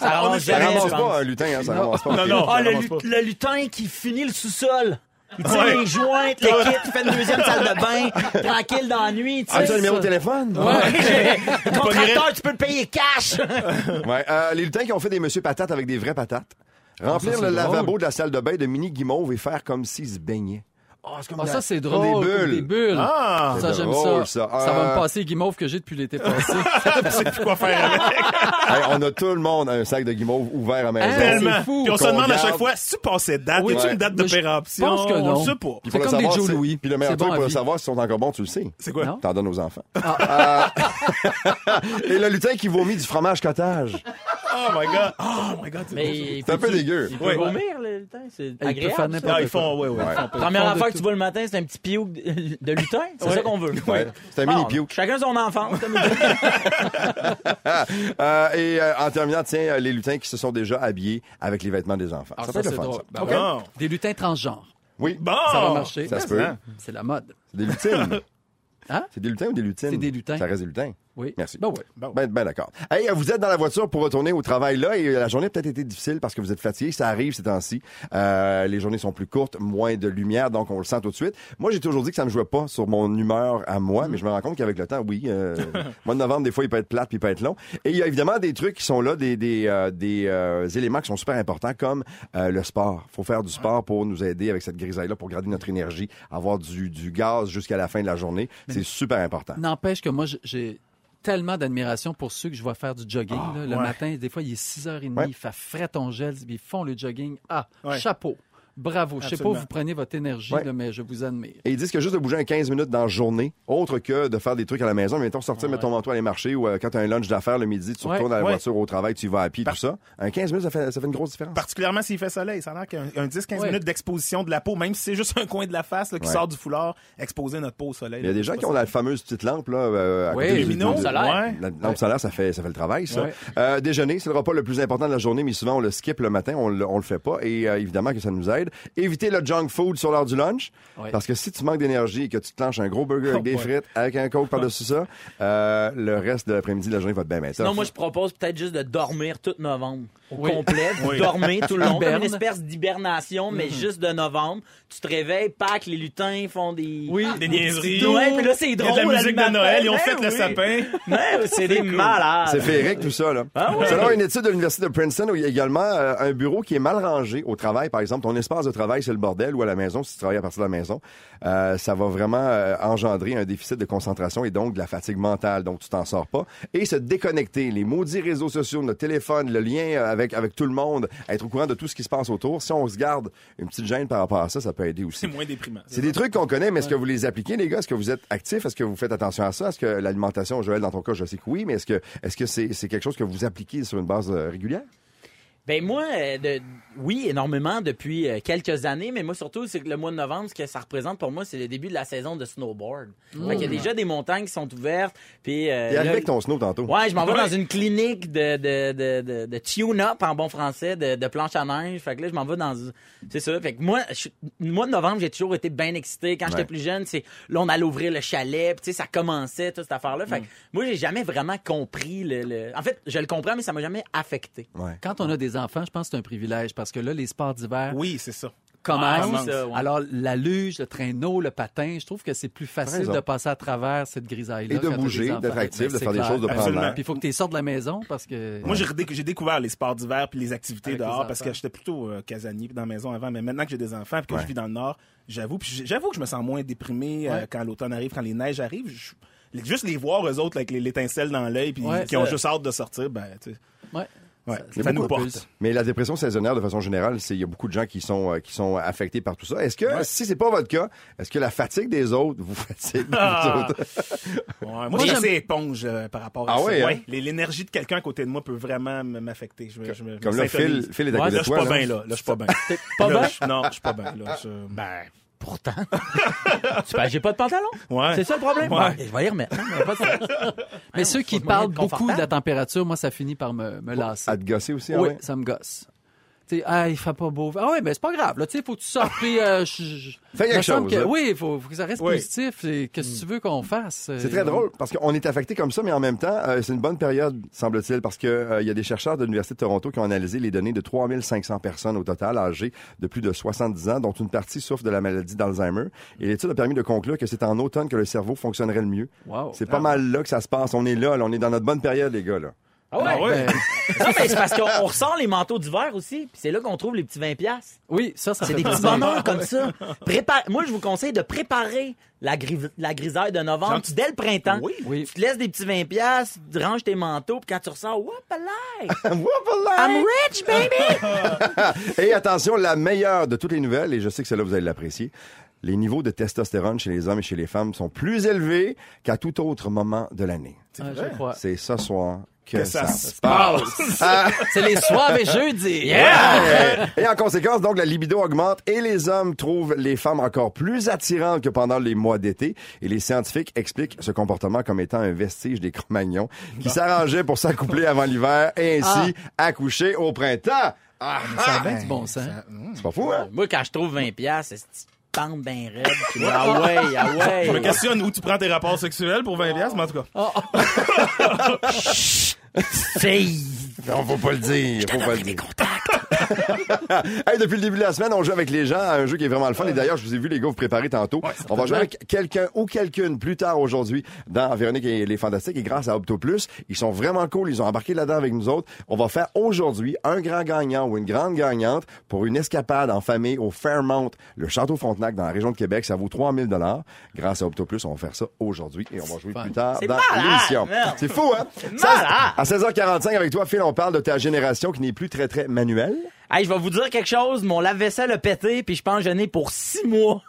Speaker 5: Ça ramasse
Speaker 2: Ça
Speaker 5: jamais,
Speaker 2: ramasse
Speaker 5: je pense.
Speaker 2: pas un lutin, hein, ça ramasse pas.
Speaker 3: Non, non.
Speaker 5: Ah,
Speaker 3: Ça
Speaker 5: le,
Speaker 3: ramasse
Speaker 5: lut-
Speaker 3: pas.
Speaker 5: le lutin qui finit le sous-sol. Il tire
Speaker 3: Ouais.
Speaker 5: les jointes, le kit, il fait une deuxième salle de bain, tranquille dans la nuit, tu
Speaker 2: Ah, tu as
Speaker 5: sais.
Speaker 2: le numéro de téléphone?
Speaker 5: Le Contracteur, tu peux le payer cash.
Speaker 2: Ouais, euh, les lutins qui ont fait des monsieur patates avec des vraies patates. Remplir
Speaker 4: Ah, ça, c'est
Speaker 2: le
Speaker 4: drôle.
Speaker 2: lavabo de la salle de bain de mini guimauve et faire comme s'ils se baignaient. Ah, c'est comme
Speaker 4: Ah,
Speaker 2: la-
Speaker 4: ça, c'est
Speaker 2: comme
Speaker 4: drôle.
Speaker 2: Des bulles.
Speaker 4: Des bulles.
Speaker 3: Ah!
Speaker 4: Ça,
Speaker 2: C'est
Speaker 4: j'aime
Speaker 2: drôle, ça.
Speaker 4: ça. Ça,
Speaker 2: Euh,
Speaker 4: va me passer les guimauves que j'ai depuis l'été passé.
Speaker 3: Je sais plus quoi faire avec.
Speaker 2: Hey, on a tout le monde un sac de guimauve ouvert à maison.
Speaker 4: Hey,
Speaker 2: Puis
Speaker 3: Tellement.
Speaker 4: fou
Speaker 3: Puis on se
Speaker 2: qu'on
Speaker 3: demande à
Speaker 2: garde.
Speaker 3: chaque fois, si tu passais date,
Speaker 4: Oui.
Speaker 3: es-tu
Speaker 2: Ouais.
Speaker 3: une date de
Speaker 4: Mais je
Speaker 3: péremption?
Speaker 4: pense que
Speaker 3: On
Speaker 4: non.
Speaker 3: le sait pas.
Speaker 4: C'est
Speaker 2: pour le
Speaker 4: comme des
Speaker 2: savoir,
Speaker 4: Joe
Speaker 2: c'est-
Speaker 4: Louis.
Speaker 2: Puis le meilleur
Speaker 4: C'est
Speaker 2: truc
Speaker 4: bon à
Speaker 2: pour le
Speaker 4: vie.
Speaker 2: savoir, si sont encore bons, tu le sais.
Speaker 3: C'est quoi?
Speaker 4: Non. Ah.
Speaker 2: T'en donnes aux enfants. Euh, Et le lutin qui vomit du fromage cottage.
Speaker 3: Oh my god. Oh my god. c'est bon, ça.
Speaker 2: C'est un peu dégueu.
Speaker 5: Il peut
Speaker 3: Ouais.
Speaker 5: vomir, le lutin. C'est
Speaker 4: Il peut faire
Speaker 5: agréable.
Speaker 4: n'importe
Speaker 3: Ah,
Speaker 4: quoi.
Speaker 3: ils font, ouais, ouais. ils font pas.
Speaker 5: Première
Speaker 4: font de
Speaker 5: affaire que
Speaker 4: tout.
Speaker 5: tu vois le matin, c'est un petit piouk de de lutin. C'est ça qu'on veut.
Speaker 2: Ouais. C'est un mini
Speaker 4: Ah,
Speaker 5: Bon,
Speaker 2: piouk.
Speaker 5: Chacun son enfant.
Speaker 2: Ah, euh, et euh, en terminant, tiens, euh, les lutins qui se sont déjà habillés avec les vêtements des enfants.
Speaker 4: Alors,
Speaker 2: ça peut être le
Speaker 4: ça, c'est
Speaker 2: fun,
Speaker 4: drôle.
Speaker 2: ça.
Speaker 4: Ben ouais.
Speaker 3: Bon.
Speaker 4: Des lutins transgenres.
Speaker 2: Oui,
Speaker 3: Bon!
Speaker 4: Ça va marcher.
Speaker 2: ça se peut.
Speaker 4: C'est la mode.
Speaker 2: C'est des lutines.
Speaker 4: Hein?
Speaker 2: C'est des lutins ou des lutines?
Speaker 4: C'est des lutins.
Speaker 2: Ça reste des lutins.
Speaker 4: Oui.
Speaker 2: Merci.
Speaker 4: Ben ouais.
Speaker 2: Ben, ben d'accord. Hey, vous êtes dans la voiture pour retourner au travail là et euh, la journée a peut-être été difficile parce que vous êtes fatigué. Ça arrive ces temps-ci. Euh, les journées sont plus courtes, moins de lumière, donc on le sent tout de suite. Moi, j'ai toujours dit que ça me jouait pas sur mon humeur à moi, mais je me rends compte qu'avec le temps, oui, euh, le mois de novembre, des fois, il peut être plate puis il peut être long. Et il y a évidemment des trucs qui sont là, des, des, euh, des euh, éléments qui sont super importants comme euh, le sport. faut faire du sport pour nous aider avec cette grisaille-là, pour garder notre énergie, avoir du, du gaz jusqu'à la fin de la journée. C'est super important.
Speaker 4: N'empêche que moi, j- j'ai tellement d'admiration pour ceux que je vois faire du jogging. là, le
Speaker 3: ouais.
Speaker 4: matin, des fois, il est 6h30,
Speaker 2: Ah, Ouais.
Speaker 4: il fait frais ton gel, ils font le jogging. Ah,
Speaker 3: Ouais.
Speaker 4: chapeau. Bravo. Je sais pas où
Speaker 3: Absolument.
Speaker 4: vous prenez votre énergie,
Speaker 2: Ouais.
Speaker 4: là, mais je vous admire.
Speaker 2: Et ils disent que juste de bouger un 15 minutes dans la journée, autre que de faire des trucs à la maison, mais mettons sortir, mettre ton manteau à aller marcher ou euh, quand tu as un lunch d'affaires le midi, tu
Speaker 4: Ouais,
Speaker 2: retournes à la
Speaker 3: ouais.
Speaker 2: voiture au travail, tu y vas à pied, tout ça. Un 15 minutes, ça fait, ça fait une grosse différence.
Speaker 3: Particulièrement s'il fait soleil. Ça a l'air qu'un un 10-15
Speaker 4: Ouais.
Speaker 3: minutes d'exposition de la peau, même si c'est juste un coin de la face là, qui
Speaker 2: Ouais.
Speaker 3: sort du foulard, exposer notre peau au soleil.
Speaker 2: Il y a des gens qui ont la fameuse petite lampe là, euh, à
Speaker 4: Oui,
Speaker 2: côté du-
Speaker 4: lumino,
Speaker 2: du-
Speaker 5: solaire.
Speaker 2: La lampe solaire, ça fait, ça fait le travail, ça.
Speaker 4: Ouais.
Speaker 2: Euh, déjeuner, c'est le repas le plus important de la journée, mais souvent on le skip le matin, on le, on le fait pas, et euh, évidemment que ça nous aide. Éviter le junk food sur l'heure du lunch,
Speaker 4: Ouais.
Speaker 2: parce que si tu manques d'énergie et que tu te clenches un gros burger avec des
Speaker 3: ouais.
Speaker 2: frites, avec un coke par-dessus ça, euh, le reste de l'après-midi de la journée va te bien mettre.
Speaker 5: Non, moi, je propose peut-être juste de dormir tout novembre. Au
Speaker 4: Oui.
Speaker 5: complet. Vous
Speaker 3: Oui.
Speaker 5: dormez tout le long. Comme
Speaker 4: Hiberne.
Speaker 5: une espèce d'hibernation, mais juste de novembre. Tu te réveilles, Pâques, les lutins font des.
Speaker 4: Oui.
Speaker 3: Des niaiseries.
Speaker 5: Ouais, puis là,
Speaker 3: Il
Speaker 5: c'est
Speaker 3: y a
Speaker 5: drôle,
Speaker 3: de
Speaker 5: là,
Speaker 3: la
Speaker 5: le
Speaker 3: musique de
Speaker 5: matin.
Speaker 3: Noël, ils ont
Speaker 5: Ben
Speaker 3: fait le
Speaker 5: oui.
Speaker 3: sapin.
Speaker 5: Mais c'est des malades.
Speaker 2: C'est féerique tout ça là.
Speaker 5: Ah ouais.
Speaker 2: Selon une étude de l'université de Princeton, il y a également euh, un bureau qui est mal rangé au travail par exemple, ton espace l'espace de travail, c'est le bordel, ou à la maison, si tu travailles à partir de la maison, euh, ça va vraiment euh, engendrer un déficit de concentration et donc de la fatigue mentale. Donc, tu t'en sors pas. Et se déconnecter. Les maudits réseaux sociaux, notre téléphone, le lien euh, avec, avec tout le monde, être au courant de tout ce qui se passe autour. Si on se garde une petite gêne par rapport à ça, ça peut aider aussi.
Speaker 3: C'est moins déprimant.
Speaker 2: C'est des trucs qu'on connaît, mais est-ce que vous les appliquez, les gars? Est-ce que vous êtes actifs? Est-ce que vous faites attention à ça? Est-ce que l'alimentation, Joël, dans ton cas, je sais que oui, mais est-ce que est-ce que c'est c'est quelque chose que vous appliquez sur une base euh, régulière?
Speaker 5: Ben moi, euh, de- oui, énormément depuis euh, quelques années, mais moi surtout, c'est que le mois de novembre, ce que ça représente pour moi, c'est le début de la saison de snowboard. Il y a déjà des montagnes qui sont ouvertes, puis... euh,
Speaker 2: T'es arrivé
Speaker 5: là-
Speaker 2: Mmh. avec ton snow tantôt.
Speaker 5: Ouais, je m'en vais dans une clinique de, de, de, de, de tune-up en bon français, de, de planche à neige. Fait que là, je m'en vais dans. C'est ça. Fait que moi, je, suis- le mois de novembre, j'ai toujours été bien excité. Quand j'étais
Speaker 2: Ouais.
Speaker 5: plus jeune, c'est là, on allait ouvrir le chalet, pis tu sais, ça commençait, toute cette affaire-là. Fait que moi, j'ai jamais vraiment compris le, le- En fait, je le comprends, mais ça m'a jamais affecté.
Speaker 2: Ouais.
Speaker 4: Quand on a des enfants, je pense que c'est un privilège parce que là, les sports d'hiver
Speaker 3: Oui, c'est ça.
Speaker 4: commencent.
Speaker 5: Ah, c'est ça, ouais.
Speaker 4: Alors, la luge, le traîneau, le patin, je trouve que c'est plus facile
Speaker 2: raison.
Speaker 4: de passer à travers cette grisaille-là.
Speaker 2: Et de
Speaker 4: quand t'as
Speaker 2: bouger,
Speaker 4: des enfants.
Speaker 2: d'être actif,
Speaker 4: Ben,
Speaker 2: de
Speaker 4: c'est
Speaker 2: faire des
Speaker 4: clair.
Speaker 2: choses, de prendre
Speaker 3: Absolument.
Speaker 2: l'air.
Speaker 4: Puis il faut que tu sortes de la maison parce que.
Speaker 3: Moi, j'ai redéc- j'ai découvert les sports d'hiver puis les activités
Speaker 4: Avec les
Speaker 3: dehors parce
Speaker 4: enfants.
Speaker 3: que j'étais plutôt euh, casanier puis dans la maison avant, mais maintenant que j'ai des enfants puis que
Speaker 2: Ouais.
Speaker 3: je vis dans le Nord, j'avoue, puis j'ai- j'avoue que je me sens moins déprimé euh, quand l'automne arrive, quand les neiges arrivent. Je- les- Juste les voir, eux autres, avec les- l'étincelle dans l'œil puis
Speaker 4: Ouais,
Speaker 3: qui ont
Speaker 4: ça-
Speaker 3: juste hâte de sortir, ben, tu sais,
Speaker 4: Ouais.
Speaker 3: ouais, ça,
Speaker 2: beaucoup
Speaker 3: nous
Speaker 4: de
Speaker 3: porte.
Speaker 4: plus.
Speaker 2: Mais la dépression saisonnière, de façon générale, c'est il y a beaucoup de gens qui sont euh, qui sont affectés par tout ça. Est-ce que si c'est pas votre cas, est-ce que la fatigue des autres vous fatigue vous
Speaker 3: Ah.
Speaker 2: autres?
Speaker 3: Ouais, moi, je suis
Speaker 4: j'aime-
Speaker 3: assez éponge euh, par rapport à
Speaker 2: Ah
Speaker 3: ça.
Speaker 2: ouais, hein?
Speaker 3: les- L'énergie de quelqu'un à côté de moi peut vraiment m- m'affecter. Je, me- je me-
Speaker 2: Comme
Speaker 3: me
Speaker 2: là,
Speaker 3: synchronise.
Speaker 2: Phil, Phil est à
Speaker 3: Ouais,
Speaker 2: côté
Speaker 3: là,
Speaker 2: de
Speaker 3: je suis
Speaker 2: toi.
Speaker 3: pas bien, là. Là, je suis pas bien.
Speaker 5: pas
Speaker 3: Là,
Speaker 5: bien?
Speaker 3: je- Non, je suis pas bien, là. Je- Ben,
Speaker 5: Pourtant. Tu penses, j'ai pas de pantalon?
Speaker 3: Ouais.
Speaker 5: C'est ça le problème?
Speaker 3: Ouais.
Speaker 5: Ben, je vais y remettre. hein, mais pas de-
Speaker 4: Mais ceux
Speaker 5: faut
Speaker 4: qui
Speaker 5: se moyen
Speaker 4: parlent
Speaker 5: de
Speaker 4: beaucoup de
Speaker 5: confortable.
Speaker 4: la température, moi, ça finit par me, me lasser.
Speaker 2: À te gosser aussi, ah
Speaker 4: Oui,
Speaker 2: ouais?
Speaker 4: ça me gosse. Tu sais, ah, il fait pas beau. Ah ouais, mais c'est pas grave. Là, tu sais, faut que tu sortes. puis, euh, je- je-
Speaker 2: Fais quelque
Speaker 4: me semble
Speaker 2: chose,
Speaker 4: que-
Speaker 2: là.
Speaker 4: oui, faut, faut que ça reste
Speaker 2: Oui.
Speaker 4: positif. Et qu'est-ce que tu veux qu'on fasse euh,
Speaker 2: C'est très drôle parce qu'on est affecté comme ça, mais en même temps, euh, c'est une bonne période, semble-t-il, parce que euh, il y a des chercheurs de l'Université de Toronto qui ont analysé les données de 3500 personnes au total âgées de plus de 70 ans, dont une partie souffre de la maladie d'Alzheimer. Et l'étude a permis de conclure que c'est en automne que le cerveau fonctionnerait le mieux.
Speaker 4: Wow. Ah.
Speaker 2: C'est pas mal là que ça se passe. On est là, là, on est dans notre bonne période, les gars. Là.
Speaker 5: Ah ouais?
Speaker 3: Ah ouais.
Speaker 4: Ben,
Speaker 5: Non, mais c'est parce qu'on on ressort les manteaux d'hiver aussi, puis c'est là qu'on trouve les petits 20$. piastres.
Speaker 4: oui, ça, ça
Speaker 5: C'est des
Speaker 4: fait
Speaker 5: petits
Speaker 4: plaisir.
Speaker 5: bonheurs comme ça. Prépare... Moi, je vous conseille de préparer la, gris- la grisaille de novembre
Speaker 3: Genre, tu-
Speaker 5: dès le printemps.
Speaker 3: Oui.
Speaker 4: Oui.
Speaker 5: Tu te laisses des petits 20 pièces, ranges tes manteaux, puis quand tu ressors, whoop I'm
Speaker 2: Whoop-a-lay!
Speaker 5: rich, baby!
Speaker 2: Et attention, la meilleure de toutes les nouvelles, et je sais que celle-là, vous allez l'apprécier, les niveaux de testostérone chez les hommes et chez les femmes sont plus élevés qu'à tout autre moment de l'année.
Speaker 4: Ah, je crois.
Speaker 2: C'est ce soir que,
Speaker 3: que
Speaker 2: ça,
Speaker 3: ça
Speaker 2: se
Speaker 3: se passe.
Speaker 4: C'est les soirs et jeudis.
Speaker 2: Yeah! Et en conséquence, donc, la libido augmente et les hommes trouvent les femmes encore plus attirantes que pendant les mois d'été. Et les scientifiques expliquent ce comportement comme étant un vestige des Cro-Magnons qui s'arrangeaient pour s'accoupler avant l'hiver et ainsi accoucher au printemps. Ah,
Speaker 4: Ça a bien du bon sens.
Speaker 2: c'est pas fou, hein?
Speaker 5: Moi, quand je trouve 20 pièces, c'est une pente bien raide. puis là, Ah ouais, ah
Speaker 3: Je me
Speaker 5: ouais.
Speaker 3: questionne où tu prends tes rapports sexuels pour 20 piastres, mais en tout cas.
Speaker 5: Fille!
Speaker 2: Non, faut Ben, pas le dire. Faut pas le dire. Hey, depuis le début de la semaine, on joue avec les gens à un jeu qui est vraiment le fun. Et d'ailleurs, je vous ai vu les gars vous préparer tantôt. on va jouer avec quelqu'un ou quelqu'une plus tard aujourd'hui dans Véronique et les Fantastiques. Et grâce à Opto Plus, ils sont vraiment cool. Ils ont embarqué là-dedans avec nous autres. On va faire aujourd'hui un grand gagnant ou une grande gagnante pour une escapade en famille au Fairmount, le Château Frontenac dans la région de Québec. Ça vaut 3000 dollars. Grâce à Opto Plus, on va faire ça aujourd'hui et on va jouer plus tard
Speaker 5: C'est
Speaker 2: dans
Speaker 5: malade,
Speaker 2: l'émission.
Speaker 5: merde.
Speaker 2: C'est fou, hein?
Speaker 5: malade.
Speaker 2: À 16h45 avec toi, Phil, on parle de ta génération qui n'est plus très, très manuelle.
Speaker 5: Hey, je vais vous dire quelque chose. Mon lave-vaisselle a pété, puis je pense que je n'ai pour six mois.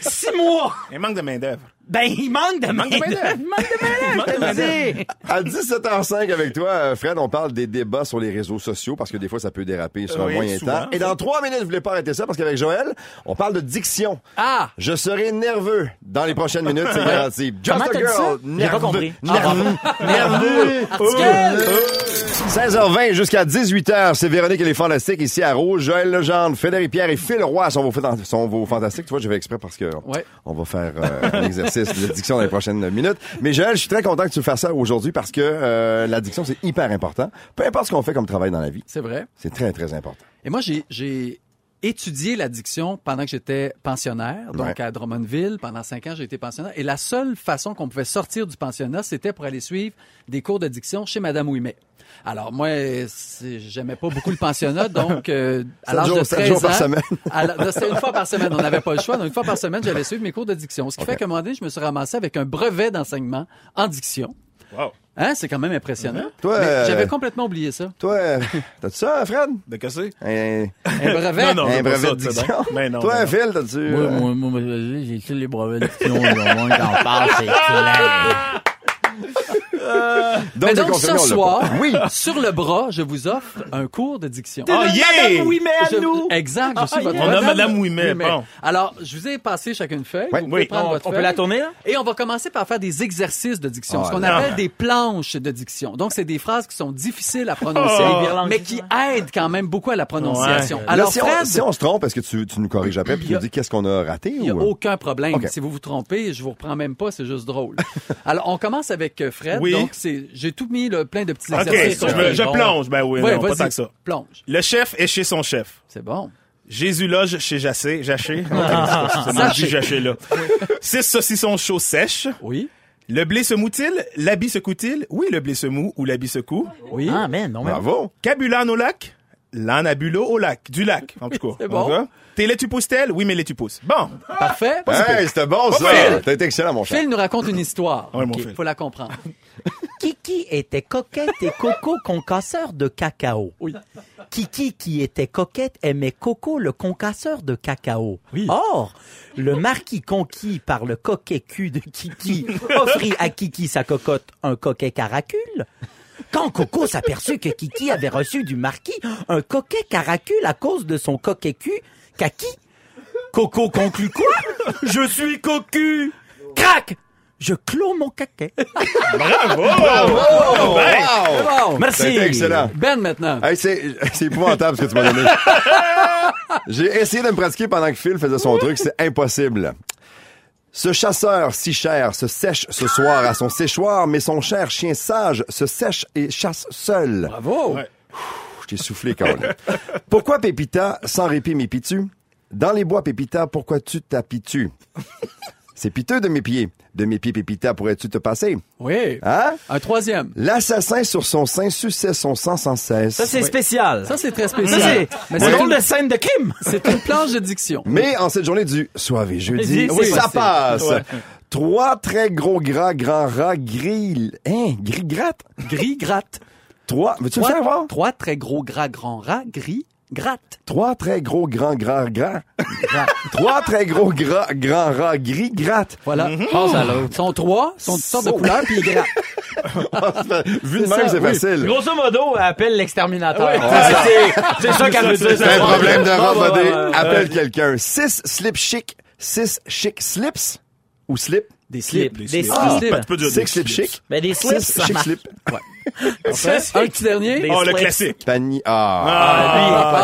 Speaker 5: six mois!
Speaker 3: Il manque de main-d'œuvre.
Speaker 5: Ben, il manque de main
Speaker 3: de main-d'œuvre.
Speaker 5: Il manque de main d'œuvre.
Speaker 2: À 17h05 avec toi, euh, Fred, on parle des débats sur les réseaux sociaux parce que des fois ça peut déraper sur un
Speaker 3: Oui,
Speaker 2: moyen
Speaker 3: souvent.
Speaker 2: temps. Et dans trois minutes, je voulais pas arrêter ça parce qu'avec Joël, on parle de diction.
Speaker 4: Ah!
Speaker 2: Je serai nerveux dans les prochaines minutes, c'est garanti. Just
Speaker 5: Comment
Speaker 2: a
Speaker 5: t'as dit ça?
Speaker 2: girl,
Speaker 5: J'ai pas
Speaker 2: nerveux,
Speaker 5: compris.
Speaker 2: nerveux, nerveux.
Speaker 4: Article!
Speaker 2: 16h20 jusqu'à 18h, c'est Véronique et les Fantastiques ici à Rouge. Joël Legendre, Frédéric Pierre et Phil Roy sont vos, fa- sont vos Fantastiques. Tu vois, j'ai fait exprès parce que
Speaker 4: Ouais.
Speaker 2: on va faire euh, un exercice de diction dans les prochaines minutes. Mais Joël, je suis très content que tu fasses ça aujourd'hui parce que euh, la diction, c'est hyper important. Peu importe ce qu'on fait comme travail dans la vie,
Speaker 4: C'est vrai.
Speaker 2: c'est très, très important.
Speaker 4: Et moi, j'ai- j'ai étudié l'addiction pendant que j'étais pensionnaire, donc
Speaker 2: Ouais.
Speaker 4: à Drummondville. Pendant cinq ans, j'ai été pensionnaire. Et la seule façon qu'on pouvait sortir du pensionnat, c'était pour aller suivre des cours d'addiction chez Madame Ouimet. Alors moi, c'est- j'aimais pas beaucoup le pensionnat, donc euh, à
Speaker 2: Sept
Speaker 4: l'âge de
Speaker 2: jours- sept
Speaker 4: 13
Speaker 2: jours par
Speaker 4: ans,
Speaker 2: semaine.
Speaker 4: à la- non, C'était une fois par semaine. On n'avait pas le choix. Donc, une fois par semaine, j'allais suivre mes cours de diction. Ce qui fait qu'à un moment donné, je me suis ramassé avec un brevet d'enseignement en diction.
Speaker 3: Wow.
Speaker 4: Hein, c'est quand même impressionnant.
Speaker 2: Toi,
Speaker 4: Mais
Speaker 2: euh,
Speaker 4: J'avais complètement oublié ça.
Speaker 2: Toi, euh, t'as-tu ça, Fred?
Speaker 3: De casser?
Speaker 2: Un,
Speaker 4: Un brevet.
Speaker 3: Non, non,
Speaker 2: un
Speaker 3: c'est pas
Speaker 2: brevet
Speaker 3: ça,
Speaker 2: de
Speaker 3: tu sais
Speaker 2: diction?
Speaker 3: donc. Ben non,
Speaker 2: Toi,
Speaker 3: ben non.
Speaker 2: Phil, t'as-tu...
Speaker 5: Moi,
Speaker 2: euh,
Speaker 5: moi, moi, moi, j'ai- j'ai écrit les brevets d'addiction, au moins j'en parle, c'est clair.
Speaker 4: Mais
Speaker 2: j'ai
Speaker 4: donc,
Speaker 2: confirmé,
Speaker 4: ce
Speaker 2: on l'a
Speaker 4: soir,
Speaker 2: pas.
Speaker 4: oui. sur le bras, je vous offre un cours de diction. Ah,
Speaker 3: Oh yeah!
Speaker 5: Oui, mais à
Speaker 4: Je-
Speaker 5: nous!
Speaker 4: Exact, je suis votre
Speaker 3: yeah. On a Madame Ouimet, bon.
Speaker 4: Alors, je vous ai passé chacune une feuille.
Speaker 2: Ouais.
Speaker 4: Vous
Speaker 3: Oui.
Speaker 4: pouvez prendre
Speaker 5: On-
Speaker 4: votre
Speaker 5: on peut
Speaker 4: feuille.
Speaker 5: la tourner, là?
Speaker 4: Et on va commencer par faire des exercices de diction,
Speaker 2: Oh
Speaker 4: ce qu'on
Speaker 2: là.
Speaker 4: appelle des planches de diction. Donc, c'est des phrases qui sont difficiles à prononcer,
Speaker 3: Oh.
Speaker 4: mais qui aident quand même beaucoup à la prononciation.
Speaker 3: Ouais.
Speaker 2: Là,
Speaker 4: Alors,
Speaker 2: si, on,
Speaker 4: Fred,
Speaker 2: si on se trompe, est-ce que tu, tu nous corriges après puis tu nous dis qu'est-ce qu'on a raté?
Speaker 4: il n'y a
Speaker 3: euh,
Speaker 2: ou... euh,
Speaker 4: aucun problème.
Speaker 2: Ok.
Speaker 4: Si vous vous trompez, je vous reprends même pas, c'est juste drôle. Alors, on commence avec euh, Fred.
Speaker 3: Oui.
Speaker 4: Donc, c'est, j'ai tout mis, le plein de petits
Speaker 3: Ok,
Speaker 4: exercices.
Speaker 3: je me- je plonge. Ben oui,
Speaker 4: Ouais,
Speaker 3: non, pas
Speaker 4: vas-y,
Speaker 3: tant que ça.
Speaker 4: Plonge.
Speaker 3: Le chef est chez son chef.
Speaker 4: C'est bon.
Speaker 3: Jésus loge chez Jaché. Jaché? Comment on dit Jaché, là? Six saucissons chauds sèches.
Speaker 4: Oui.
Speaker 3: Le blé se moue-t-il? L'habit se coud-il? Oui, le blé se moue ou l'habit se coud.
Speaker 4: Oui.
Speaker 5: Ah, man, non, mais.
Speaker 2: Bravo!
Speaker 3: Cabulane au lac? L'anabulo au lac. Du lac, en tout cas.
Speaker 4: C'est bon.
Speaker 3: En tout cas. T'es laitupousse tu pousses-t-elle? Oui, mais laitupousse. tu pousses. Bon. Ah,
Speaker 4: Parfait.
Speaker 2: Hey, c'était bon, ça!
Speaker 3: Phil.
Speaker 2: T'as été excellent, mon cher.
Speaker 4: Phil nous raconte une histoire.
Speaker 3: Ouais, mon
Speaker 4: Ok,
Speaker 3: Phil.
Speaker 4: faut la comprendre.
Speaker 5: Kiki était coquette et Coco concasseur de cacao.
Speaker 4: Oui.
Speaker 5: Kiki, qui était coquette, aimait Coco, le concasseur de cacao.
Speaker 4: Oui.
Speaker 5: Or, le marquis conquis par le coquet cul de Kiki offrit à Kiki sa cocotte un coquet caracule. Quand Coco s'aperçut que Kiki avait reçu du marquis un coquet caracule à cause de son coquet cul, Kaki, Coco conclut quoi? Je suis cocu! Crac! Je clôt mon caquet.
Speaker 3: Bravo!
Speaker 2: Oh,
Speaker 3: Ben,
Speaker 2: wow!
Speaker 4: Bon.
Speaker 5: Merci!
Speaker 2: C'était excellent.
Speaker 4: Ben maintenant.
Speaker 2: Hey, c'est c'est épouvantable ce que tu m'as donné. J'ai essayé de me pratiquer pendant que Phil faisait son truc, c'est impossible. Ce chasseur si cher se sèche ce soir à son séchoir, mais son cher chien sage se sèche et chasse seul.
Speaker 4: Bravo.
Speaker 3: Ouais.
Speaker 2: Pff, Je t'ai soufflé quand même. Pourquoi Pépita, sans répit m'épitu? Dans les bois, Pépita, pourquoi tu t'apitues? C'est piteux de mes pieds. De mes pieds, Pépita, pourrais-tu te passer?
Speaker 4: Oui.
Speaker 2: Hein?
Speaker 4: Un troisième.
Speaker 2: L'assassin sur son sein suçait son sang sans cesse.
Speaker 5: Ça, c'est spécial.
Speaker 4: Ça, c'est très
Speaker 5: Ça,
Speaker 4: spécial.
Speaker 5: c'est
Speaker 4: Mais
Speaker 5: c'est
Speaker 4: c'est
Speaker 5: drôle
Speaker 4: une,
Speaker 5: de scène de crime.
Speaker 4: c'est une planche de diction.
Speaker 2: Mais en cette journée du soir et jeudi,
Speaker 5: Oui, c'est
Speaker 2: ça
Speaker 4: possible.
Speaker 2: passe.
Speaker 4: Ouais.
Speaker 2: Trois très gros gras grands rats gris... Hein? Gris gratte?
Speaker 4: Gris gratte.
Speaker 2: Trois... Veux-tu le
Speaker 4: Trois-
Speaker 2: faire voir?
Speaker 4: Trois très gros gras grands rats gris gratte.
Speaker 2: Trois très gros grands grands grands... Trois très gros gras grands rats gris gratte.
Speaker 4: Voilà.
Speaker 3: Mm-hmm.
Speaker 4: Pense à l'autre. Sont trois, sont de sortes de
Speaker 3: Oh,
Speaker 2: Sont-
Speaker 4: couleurs puis ils grattent.
Speaker 2: Vu de
Speaker 4: C'est
Speaker 2: même,
Speaker 4: ça,
Speaker 2: c'est
Speaker 4: oui.
Speaker 2: facile.
Speaker 5: Grosso modo, elle appelle l'exterminateur. Ah, C'est ça qu'elle veut dire.
Speaker 2: C'est un problème de
Speaker 5: Bon,
Speaker 2: robodé.
Speaker 5: bon, bon, bon.
Speaker 2: Appelle quelqu'un. Six slips chic. Six chic slips. Ou slip.
Speaker 4: Des
Speaker 5: Slips.
Speaker 4: slips.
Speaker 5: Des
Speaker 3: slips.
Speaker 5: slips.
Speaker 3: Ah, ben, tu peux dire
Speaker 2: Six
Speaker 3: des
Speaker 2: slips chic.
Speaker 5: Ben, des slips,
Speaker 2: Six
Speaker 5: ça
Speaker 2: chic
Speaker 5: marche.
Speaker 2: slip.
Speaker 4: Un petit dernier.
Speaker 5: Des-
Speaker 3: Oh, le
Speaker 5: slips.
Speaker 3: classique.
Speaker 2: Panier. Ah.
Speaker 5: Ah,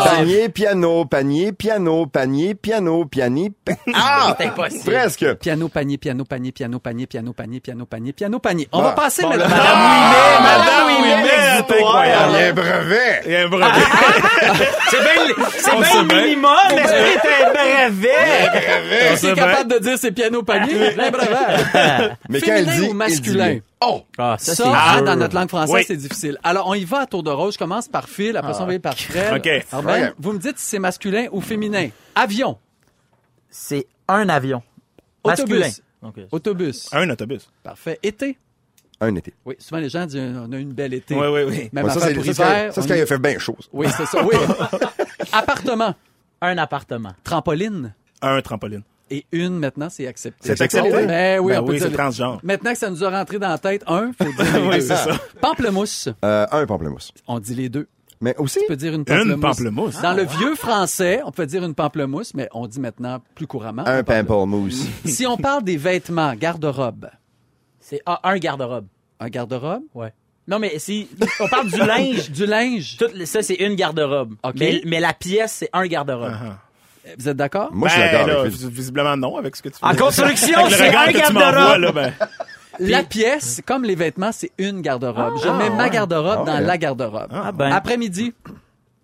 Speaker 4: Ah.
Speaker 2: Panier, piano, panier, piano, panier, piano, piani. pa- Ah!
Speaker 5: C'est impossible.
Speaker 2: Presque.
Speaker 4: Piano, panier, piano, panier, piano, panier, piano, panier, piano, panier, piano, panier. On
Speaker 2: Ah.
Speaker 4: va passer,
Speaker 2: Bon,
Speaker 4: madame.
Speaker 2: là-
Speaker 5: Ah, Madame
Speaker 3: Madame
Speaker 5: Ouimet,
Speaker 3: Ouimet,
Speaker 5: l'exutoire.
Speaker 3: incroyable.
Speaker 2: Panier brevet.
Speaker 3: Il y a un brevet.
Speaker 5: Ah, C'est bien c'est
Speaker 3: On
Speaker 5: bien
Speaker 3: sait
Speaker 5: le
Speaker 3: bien.
Speaker 5: minimum, mais c'est un brevet.
Speaker 4: Madame, qui
Speaker 3: c'est
Speaker 4: est capable de dire c'est piano, panier, ben bravo.
Speaker 2: Mais quand elle
Speaker 4: Féminin
Speaker 2: dit.
Speaker 4: ou
Speaker 2: il dit
Speaker 4: masculin?
Speaker 2: bien. Oh!
Speaker 5: Ah,
Speaker 4: Ça,
Speaker 5: c'est
Speaker 4: hein,
Speaker 5: dur.
Speaker 4: dans notre langue française,
Speaker 3: Oui.
Speaker 4: c'est difficile. Alors, on y va à tour de rôle. Je commence par Phil, après ça, on va y aller par Fred.
Speaker 3: Ok.
Speaker 4: Alors, Ben,
Speaker 2: Ouais.
Speaker 4: vous me dites si c'est masculin ou féminin. Avion,
Speaker 5: C'est un avion.
Speaker 4: Autobus.
Speaker 5: Masculin.
Speaker 4: autobus.
Speaker 3: Un autobus.
Speaker 4: Parfait. Été.
Speaker 2: Un été.
Speaker 4: Oui, souvent les gens disent euh, on a une belle été.
Speaker 3: Oui, oui, oui.
Speaker 4: Même
Speaker 2: Bon, ça,
Speaker 4: affaire
Speaker 2: c'est
Speaker 4: pour
Speaker 2: ça, c'est-
Speaker 4: l'hiver,
Speaker 2: ça, c'est
Speaker 4: on
Speaker 2: quand
Speaker 4: y-
Speaker 2: il a fait bien chose.
Speaker 4: Oui, c'est ça. Oui. Appartement,
Speaker 5: Un appartement.
Speaker 4: trampoline
Speaker 3: Un trampoline.
Speaker 4: et une maintenant, c'est accepté.
Speaker 2: C'est accepté?
Speaker 4: Ben oui,
Speaker 3: Ben
Speaker 4: on peut
Speaker 3: oui,
Speaker 4: dire-
Speaker 3: c'est transgenre.
Speaker 4: Maintenant que ça nous a rentré dans la tête, un, faut dire les
Speaker 3: Oui,
Speaker 4: deux.
Speaker 3: c'est ça.
Speaker 4: Pamplemousse,
Speaker 2: Euh, un pamplemousse.
Speaker 4: on dit les deux.
Speaker 2: Mais aussi.
Speaker 4: peut dire une pamplemousse.
Speaker 3: Une pamplemousse. Ah.
Speaker 4: Dans le vieux français, on peut dire une pamplemousse, mais on dit maintenant plus couramment.
Speaker 2: Un pamplemousse.
Speaker 4: pamplemousse. Si on parle des vêtements, garde-robe,
Speaker 5: C'est ah, un garde-robe.
Speaker 4: un garde-robe,
Speaker 5: Ouais. Non, mais si on parle du linge,
Speaker 4: du linge,
Speaker 5: tout le- ça, c'est une garde-robe.
Speaker 4: Ok.
Speaker 5: Mais, mais la pièce, c'est un garde-robe.
Speaker 4: vous êtes d'accord?
Speaker 2: Moi, je suis
Speaker 3: Ben,
Speaker 2: d'accord
Speaker 3: là,
Speaker 2: avec Phil.
Speaker 3: vis- visiblement non avec ce que tu
Speaker 5: En
Speaker 3: fais.
Speaker 5: construction,
Speaker 3: Avec le
Speaker 5: c'est
Speaker 3: regard
Speaker 5: un
Speaker 3: que tu m'envoies, là,
Speaker 5: garde-robe.
Speaker 3: ben.
Speaker 4: La pièce, comme les vêtements, c'est une garde-robe. Je mets ma garde-robe
Speaker 2: Ah,
Speaker 4: dans
Speaker 2: ouais.
Speaker 4: la garde-robe.
Speaker 5: Ah ben.
Speaker 4: Après-midi,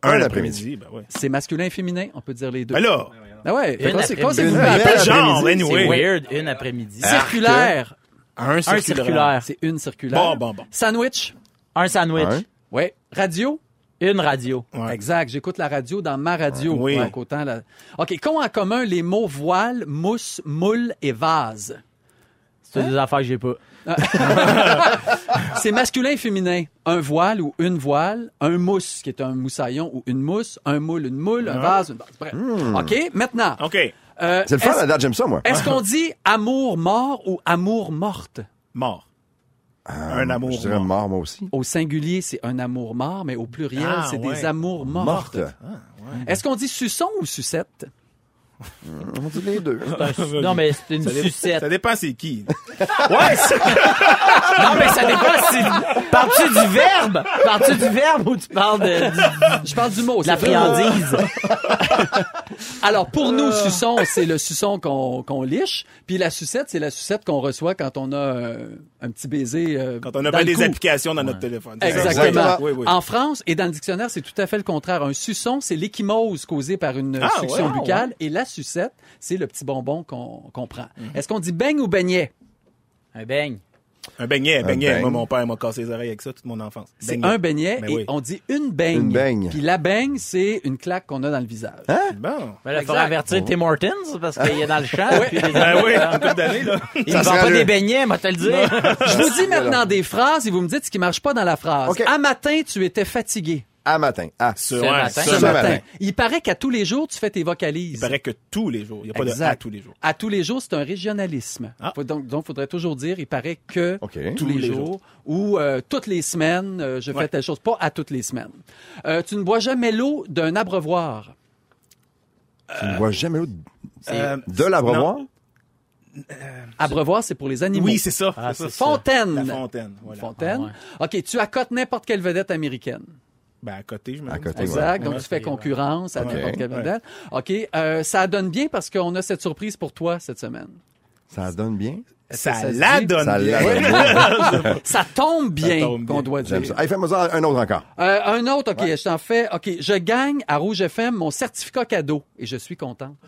Speaker 2: un après-midi.
Speaker 3: Ben ouais.
Speaker 4: C'est masculin et féminin, on peut dire les deux.
Speaker 3: Ben là,
Speaker 4: Ah ouais, fait
Speaker 5: Une
Speaker 4: qu'on s'est- qu'on s'est
Speaker 5: après-midi.
Speaker 4: coupé la
Speaker 2: Une
Speaker 4: pêche.
Speaker 2: belle
Speaker 3: genre,
Speaker 2: après-midi,
Speaker 5: C'est
Speaker 3: anyway.
Speaker 5: weird, une après-midi.
Speaker 4: Ah. Circulaire.
Speaker 3: Un
Speaker 5: Un
Speaker 3: circulaire.
Speaker 5: circulaire.
Speaker 4: C'est une circulaire.
Speaker 3: Bon, bon, bon.
Speaker 4: Sandwich.
Speaker 5: Un sandwich.
Speaker 2: Hein?
Speaker 4: Ouais. Radio.
Speaker 5: Une radio.
Speaker 3: Ouais.
Speaker 4: Exact. J'écoute la radio dans ma radio.
Speaker 3: Oui.
Speaker 4: Donc, autant la- OK. Qu'ont en commun les mots voile, mousse, moule et vase?
Speaker 5: C'est des affaires que j'ai pas.
Speaker 4: C'est masculin et féminin. Un voile ou une voile, un mousse qui est un moussaillon ou une mousse, un moule, une moule, un vase, une vase. Bref.
Speaker 3: Hmm.
Speaker 4: OK, maintenant.
Speaker 3: OK.
Speaker 4: euh,
Speaker 2: C'est le fun,
Speaker 4: est-ce-
Speaker 2: la date, j'aime ça, moi.
Speaker 4: Est-ce qu'on dit amour mort ou amour morte?
Speaker 3: Mort. un amour.
Speaker 2: Ah, Je dirais
Speaker 3: mort.
Speaker 2: mort, moi aussi.
Speaker 4: Au singulier, c'est un amour mort, mais au pluriel,
Speaker 3: Ah,
Speaker 4: c'est
Speaker 3: ouais.
Speaker 4: des amours mortes.
Speaker 2: Morte.
Speaker 4: Est-ce qu'on dit suçon ou sucette?
Speaker 2: On dit les deux.
Speaker 5: Non, mais c'est une sucette.
Speaker 3: Ça dépend c'est qui.
Speaker 5: Ouais, c'est-
Speaker 4: Ah,
Speaker 5: Non,
Speaker 4: ben,
Speaker 5: mais ça dépend si... Parles-tu Ah, du verbe? Parles-tu du verbe ou tu parles de, du-
Speaker 4: Je parle du mot.
Speaker 5: de la
Speaker 4: c'est vrai.
Speaker 5: friandise?
Speaker 4: Alors, pour nous, suçon, c'est le suçon qu'on qu'on liche. Puis la sucette, c'est la sucette qu'on reçoit quand on a euh, un petit baiser. euh,
Speaker 3: Quand on a
Speaker 4: dans
Speaker 3: bien
Speaker 4: le
Speaker 3: des
Speaker 4: cou.
Speaker 3: applications dans notre téléphone.
Speaker 4: Exactement.
Speaker 2: Exactement.
Speaker 3: Oui, oui.
Speaker 4: En France, et dans le dictionnaire, c'est tout à fait le contraire. Un suçon, c'est l'échymose causée par une
Speaker 3: Ah,
Speaker 4: succion
Speaker 3: ouais, ah,
Speaker 4: buccale. Et la sucette, c'est le petit bonbon qu'on qu'on prend.
Speaker 3: Mhm.
Speaker 4: Est-ce qu'on dit beigne ou beignet?
Speaker 5: Un beigne.
Speaker 3: Un beignet, un beignet.
Speaker 2: beignet.
Speaker 3: Moi, mon père m'a cassé les oreilles avec ça toute mon enfance.
Speaker 4: C'est
Speaker 3: Beignet.
Speaker 4: un beignet
Speaker 3: Ben
Speaker 4: et
Speaker 3: oui.
Speaker 4: on dit une beigne.
Speaker 2: Une beigne.
Speaker 4: Puis la beigne, c'est une claque qu'on a dans le visage.
Speaker 3: Bon.
Speaker 5: Ben, là,
Speaker 4: Exact.
Speaker 5: faut avertir Tim Hortons parce qu'il est dans le champ. puis les-
Speaker 3: Ben oui, en couple d'années, là.
Speaker 5: Il
Speaker 2: Ça
Speaker 5: ne vend
Speaker 2: serait
Speaker 5: pas
Speaker 2: le-
Speaker 5: des beignets, moi, te le dire.
Speaker 4: Je vous dis maintenant des phrases et vous me dites ce qui marche pas dans la phrase.
Speaker 2: OK.
Speaker 4: À matin, tu étais fatigué.
Speaker 2: À matin. Ah.
Speaker 3: Ce,
Speaker 5: Ce
Speaker 3: ouais,
Speaker 5: matin.
Speaker 3: ce
Speaker 5: Ce
Speaker 4: Ce
Speaker 2: matin.
Speaker 4: matin. Il paraît qu'à tous les jours, tu fais tes vocalises.
Speaker 3: Il paraît que tous les jours. Il n'y a pas de
Speaker 4: Exact.
Speaker 3: à tous les jours.
Speaker 4: À tous les jours, c'est un régionalisme.
Speaker 3: Ah.
Speaker 4: Faut donc, il faudrait toujours dire, il paraît que
Speaker 2: OK.
Speaker 4: tous, les, jours, ou euh, toutes les semaines, euh, je fais
Speaker 3: Ouais.
Speaker 4: telle chose. Pas à toutes les semaines. Euh, tu ne bois jamais l'eau d'un abreuvoir.
Speaker 2: Tu ne vois jamais l'autre.
Speaker 3: Euh,
Speaker 2: De l'abreuvoir?
Speaker 3: non.
Speaker 4: Abreuvoir, c'est pour les animaux.
Speaker 3: Oui, c'est ça.
Speaker 5: Ah,
Speaker 3: c'est
Speaker 5: c'est
Speaker 3: ça.
Speaker 4: Fontaine.
Speaker 3: La fontaine. Ah, Voilà.
Speaker 4: Fontaine. OK, tu accotes n'importe quelle vedette américaine.
Speaker 3: Ben, à côté, je me
Speaker 2: À côté, ouais.
Speaker 4: Exact. Donc,
Speaker 3: Ouais,
Speaker 4: tu fais
Speaker 5: c'est-
Speaker 4: concurrence à
Speaker 3: Ouais.
Speaker 4: n'importe quelle
Speaker 3: Ouais.
Speaker 4: vedette. OK. euh, ça donne bien parce qu'on a cette surprise pour toi cette semaine.
Speaker 2: Ça donne bien?
Speaker 4: Est-ce que
Speaker 3: Ça
Speaker 4: se
Speaker 3: la
Speaker 4: dit?
Speaker 3: donne
Speaker 2: Ça
Speaker 3: bien.
Speaker 2: la donne bien.
Speaker 4: Ça tombe bien,
Speaker 3: tombe bien.
Speaker 4: qu'on doit
Speaker 2: J'aime
Speaker 4: dire.
Speaker 2: ça. Hey, fais-moi ça un autre encore.
Speaker 4: Euh, un autre, OK, je t'en fais. OK, je gagne à Rouge FM mon certificat cadeau et je suis content.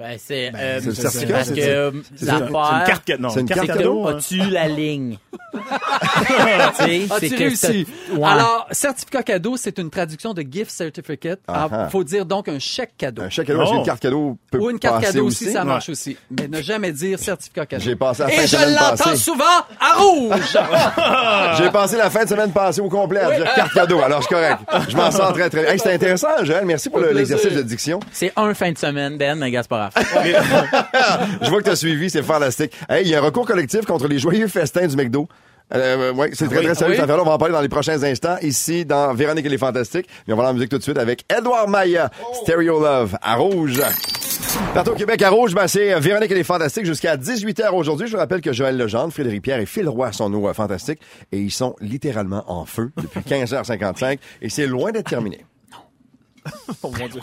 Speaker 5: Ben, c'est... euh,
Speaker 2: c'est le
Speaker 5: c'est
Speaker 2: certificat,
Speaker 5: parce
Speaker 2: c'est-
Speaker 5: que
Speaker 2: c'est-
Speaker 5: euh,
Speaker 2: c'est-
Speaker 5: l'affaire-
Speaker 3: C'est une carte cadeau. Non,
Speaker 2: C'est une carte
Speaker 5: c'est
Speaker 2: cadeau,
Speaker 5: que
Speaker 3: hein.
Speaker 5: as-tu eu la ligne? Tu sais,
Speaker 4: As-tu
Speaker 5: que
Speaker 4: réussi?
Speaker 5: c'est- Ouais.
Speaker 4: Alors, certificat cadeau, c'est une traduction de gift certificate. Il
Speaker 2: Ah, ah.
Speaker 4: faut dire donc un chèque cadeau.
Speaker 2: Un chèque cadeau, j'ai
Speaker 3: Oh.
Speaker 2: une carte cadeau. peut
Speaker 4: Ou une carte
Speaker 2: passer
Speaker 4: cadeau aussi, ça
Speaker 2: Ouais.
Speaker 4: marche aussi. Mais ne jamais dire certificat cadeau.
Speaker 2: J'ai passé la fin
Speaker 4: Et
Speaker 2: de
Speaker 4: je
Speaker 2: semaine
Speaker 4: l'entends
Speaker 2: passée.
Speaker 4: souvent à rouge.
Speaker 2: J'ai passé la fin de semaine passée au complet à dire carte cadeau. Alors, c'est correct. Je m'en sors très, très bien. Hey, c'était intéressant, Joël. Merci pour le-
Speaker 4: plaisir.
Speaker 2: l'exercice de diction.
Speaker 5: C'est un fin de semaine, Ben, mais Gasparaf.
Speaker 2: Je vois que tu as suivi. C'est fantastique. Hey, il y a un recours collectif contre les joyeux festins du McDo. Euh, ouais, c'est très, très sérieux.
Speaker 4: Ah oui.
Speaker 2: cette affaire-là. on va en parler dans les prochains instants ici dans Véronique et les Fantastiques. Mais on va aller en musique tout de suite avec Edouard Maya, Stereo Love, à Rouge. Partout au Québec, à Rouge, ben, c'est euh, Véronique et les Fantastiques jusqu'à 18h aujourd'hui. Je vous rappelle que Joël Legendre, Frédéric Pierre et Phil Roy sont nos euh, Fantastiques et ils sont littéralement en feu depuis 15h55 et c'est loin d'être terminé.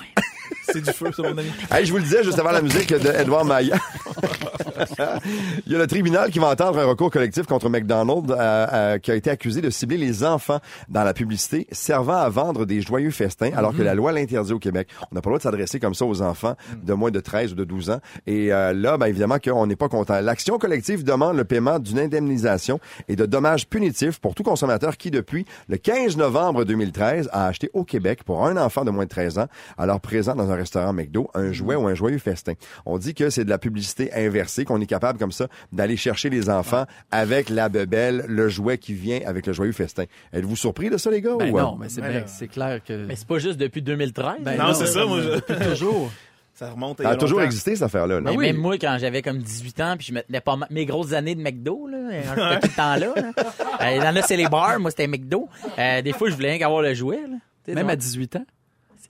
Speaker 3: C'est du feu, ça, mon ami.
Speaker 2: Hey, je vous le disais juste avant la musique de Edouard Maillat. Il y a le tribunal qui va entendre un recours collectif contre McDonald's euh, euh, qui a été accusé de cibler les enfants dans la publicité servant à vendre des joyeux festins alors que la loi l'interdit au Québec. On n'a pas le droit de s'adresser comme ça aux enfants de moins de 13 ou de 12 ans. Et euh, là, ben, évidemment qu'on n'est pas content. L'action collective demande le paiement d'une indemnisation et de dommages punitifs pour tout consommateur qui, depuis le 15 novembre 2013, a acheté au Québec pour un enfant de moins de 13 ans, alors présent dans un restaurant McDo, un jouet ou un joyeux festin. On dit que c'est de la publicité inversée, qu'on est capable comme ça d'aller chercher les enfants avec la bebelle, le jouet qui vient avec le joyeux festin. Êtes-vous surpris de ça, les gars?
Speaker 4: Ben
Speaker 2: ou, euh,
Speaker 4: non, mais c'est bien, c'est clair que...
Speaker 5: Mais c'est pas juste depuis 2013.
Speaker 4: Ben
Speaker 3: Non, c'est ça, moi, je-
Speaker 4: Depuis toujours.
Speaker 3: Ça remonte à il
Speaker 2: Ça
Speaker 3: y
Speaker 2: a toujours
Speaker 3: longtemps.
Speaker 2: existé, cette affaire-là. là.
Speaker 3: Ben
Speaker 5: Mais
Speaker 4: oui.
Speaker 5: même moi, quand j'avais comme 18 ans, puis je me tenais pas ma- mes grosses années de McDo, là, euh, tout le temps-là. Là. Euh, il y en a, c'est les bars, moi, c'était McDo. Euh, des fois, je voulais rien qu'avoir le jouet. Là. Tu sais,
Speaker 4: Même
Speaker 5: donc-
Speaker 4: à 18 ans.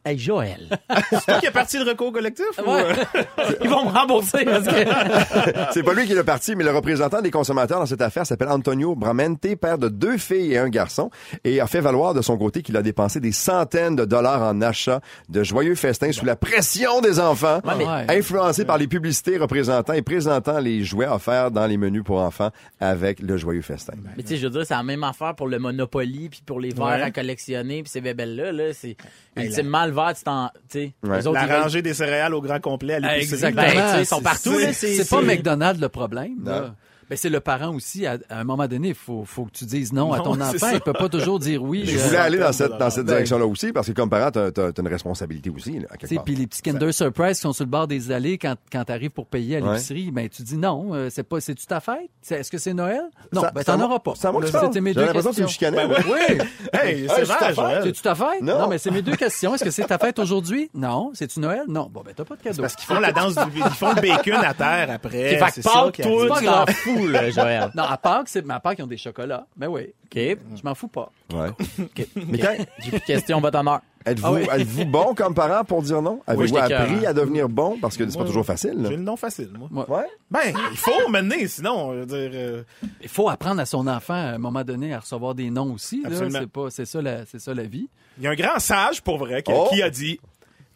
Speaker 5: Hey, Joël.
Speaker 3: C'est toi qui as parti le recours collectif? ou,
Speaker 5: Ouais.
Speaker 3: euh,
Speaker 5: Ils vont me rembourser parce que.
Speaker 2: C'est pas lui qui est le parti, mais le représentant des consommateurs dans cette affaire s'appelle Antonio Bramente, père de deux filles et un garçon, et a fait valoir de son côté qu'il a dépensé des centaines de dollars en achats de joyeux festins sous la pression des enfants,
Speaker 5: mais-
Speaker 2: influencés par les publicités représentant et présentant les jouets offerts dans les menus pour enfants avec le joyeux festin.
Speaker 5: Mais tu sais, je veux dire, c'est la même affaire pour le Monopoly, puis pour les verres à collectionner, puis ces bébelles-là. Là, c'est ultimement le verre, tu t'en. Tu sais,
Speaker 2: Ouais.
Speaker 5: les autres,
Speaker 3: La
Speaker 5: ils veulent-
Speaker 3: rangée des céréales au grand complet à l'épicerie.
Speaker 4: Exactement.
Speaker 5: Ben, tu sais, ils
Speaker 4: C'est-
Speaker 5: sont partout. là,
Speaker 4: C'est c'est pas McDonald's le problème. là. Ben, c'est le parent aussi. À, à un moment donné, il faut, faut que tu dises non, à
Speaker 3: Non,
Speaker 4: ton
Speaker 3: c'est
Speaker 4: enfant.
Speaker 3: ça.
Speaker 4: Il peut pas toujours dire oui.
Speaker 2: Je
Speaker 4: euh,
Speaker 2: voulais aller dans
Speaker 3: centaines de
Speaker 2: cette, dans
Speaker 3: dollars.
Speaker 2: cette direction-là aussi, parce que comme parent, t'as, t'as- t'as une responsabilité aussi, là, à
Speaker 4: tu
Speaker 2: quelque
Speaker 4: sais,
Speaker 2: part.
Speaker 4: Puis les petits Kinder Surprise qui sont sur le bord des allées quand, quand tu arrives pour payer à
Speaker 2: Ouais.
Speaker 4: l'épicerie, ben, tu dis non, euh, c'est pas, c'est-tu ta fête? C'est- Est-ce que c'est Noël? Non,
Speaker 2: Ça-
Speaker 4: ben,
Speaker 2: ça
Speaker 4: t'en
Speaker 2: m'a-
Speaker 4: auras pas.
Speaker 2: Ça m'a que tu
Speaker 4: C'était
Speaker 2: parles.
Speaker 4: mes
Speaker 2: J'ai
Speaker 4: deux
Speaker 2: l'impression que tu me
Speaker 4: questions. Ben
Speaker 2: chicanais.
Speaker 4: Oui!
Speaker 3: Ben, Hey,
Speaker 2: Hey,
Speaker 3: c'est
Speaker 2: c'est ta
Speaker 3: vrai, Joël.
Speaker 4: C'est-tu ta fête?
Speaker 2: Non.
Speaker 4: Non. mais c'est mes deux questions. Est-ce que c'est ta fête aujourd'hui? Non. C'est-tu Noël? Non. Bon, ben, t'as pas de cadeau.
Speaker 3: Parce qu'ils font la danse du... Ils font le bacon à terre après.
Speaker 5: Fait que Pâques,
Speaker 3: qui
Speaker 5: toi,
Speaker 3: arrive.
Speaker 4: pas
Speaker 5: tu t'en
Speaker 4: grave.
Speaker 5: fous, là, Joël.
Speaker 4: Non, à Pâques, c'est, mais à Pâques, ils ont des chocolats. Ben oui.
Speaker 5: OK.
Speaker 4: Je m'en fous pas.
Speaker 2: Ouais.
Speaker 5: OK.
Speaker 2: Mais quand,
Speaker 5: J'ai plus de questions, votre honneur.
Speaker 2: êtes-vous,
Speaker 4: Ah oui.
Speaker 2: êtes-vous bon comme parent pour dire non? Avez-vous
Speaker 5: j'étais
Speaker 2: appris
Speaker 5: écœurant.
Speaker 2: à devenir bon? Parce que c'est pas
Speaker 3: Moi,
Speaker 2: toujours facile, là.
Speaker 3: J'ai le nom facile, moi.
Speaker 4: Moi.
Speaker 2: Ouais.
Speaker 3: Ben, il faut mener, sinon, je veux dire... euh,
Speaker 4: Il faut apprendre à son enfant, à un moment donné, à recevoir des noms aussi. là.
Speaker 3: Absolument.
Speaker 4: C'est, pas, c'est, ça la, c'est ça la vie.
Speaker 3: Il y a un grand sage, pour vrai, qui,
Speaker 2: Oh.
Speaker 3: qui a dit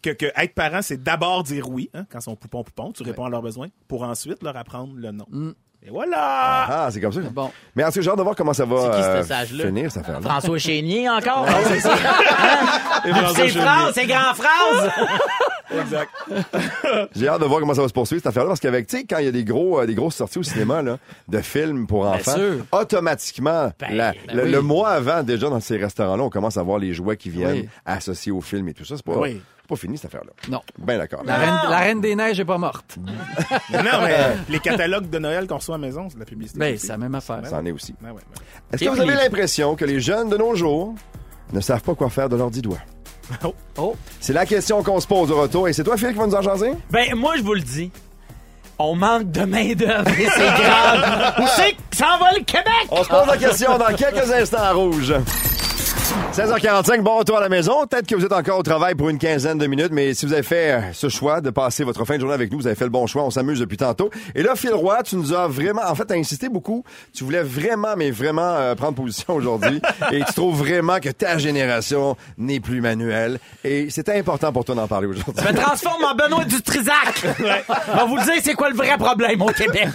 Speaker 3: que, que être parent, c'est d'abord dire oui, hein, quand son poupon poupon, tu réponds à leurs besoins, pour ensuite leur apprendre le non. Et voilà!
Speaker 2: Ah, c'est comme ça.
Speaker 4: Bon.
Speaker 2: Mais en tout cas, j'ai hâte de voir comment ça va
Speaker 5: C'est qui, ce
Speaker 2: euh,
Speaker 5: sage-là?
Speaker 2: finir, cette affaire-là.
Speaker 5: François Chénier encore? c'est
Speaker 3: Et voilà,
Speaker 5: ces
Speaker 3: je l'ai.
Speaker 5: phrases, ces grandes phrases!
Speaker 3: Exact.
Speaker 2: J'ai hâte de voir comment ça va se poursuivre, cette affaire-là, parce qu'avec, tu sais, quand il y a des gros, euh, des grosses sorties au cinéma, là, de films pour enfants,
Speaker 4: sûr.
Speaker 2: automatiquement,
Speaker 5: Ben,
Speaker 2: la-
Speaker 5: ben
Speaker 2: le,
Speaker 4: oui.
Speaker 2: le mois avant, déjà, dans ces restaurants-là, on commence à voir les jouets qui viennent
Speaker 4: Oui.
Speaker 2: associés au film et tout ça. C'est pas,
Speaker 3: Oui.
Speaker 2: c'est pas fini, cette affaire-là.
Speaker 4: Non.
Speaker 2: Ben d'accord.
Speaker 4: La
Speaker 3: Ah!
Speaker 4: reine, la reine des neiges est pas morte.
Speaker 3: non, mais les catalogues de Noël qu'on reçoit à la maison, c'est de la publicité.
Speaker 4: Ben,
Speaker 3: aussi.
Speaker 4: c'est la même affaire.
Speaker 2: Ça en est aussi.
Speaker 3: Ben ouais, ben ouais.
Speaker 2: Est-ce que vous avez l'impression que les jeunes de nos jours ne savent pas quoi faire de leurs dix doigts?
Speaker 3: Oh.
Speaker 4: Oh.
Speaker 2: C'est la question qu'on se pose au retour. Et c'est toi, Phil, qui va nous en jaser?
Speaker 5: Ben, moi, je vous le dis. On manque de main-d'œuvre et c'est grave. Où c'est que s'en va le Québec?
Speaker 2: On se pose la question dans quelques instants à rouge. 16h45, bon retour à la maison. Peut-être que vous êtes encore au travail pour une quinzaine de minutes, mais si vous avez fait euh, ce choix de passer votre fin de journée avec nous, vous avez fait le bon choix, on s'amuse depuis tantôt. Et là, Phil Roy, tu nous as vraiment, en fait, t'as insisté beaucoup. Tu voulais vraiment, mais vraiment euh, prendre position aujourd'hui. et tu trouves vraiment que ta génération n'est plus manuelle. Et c'était important pour toi d'en parler aujourd'hui.
Speaker 5: Je me transforme en Benoît Dutrisac. On va vous le dire, c'est quoi le vrai problème au Québec.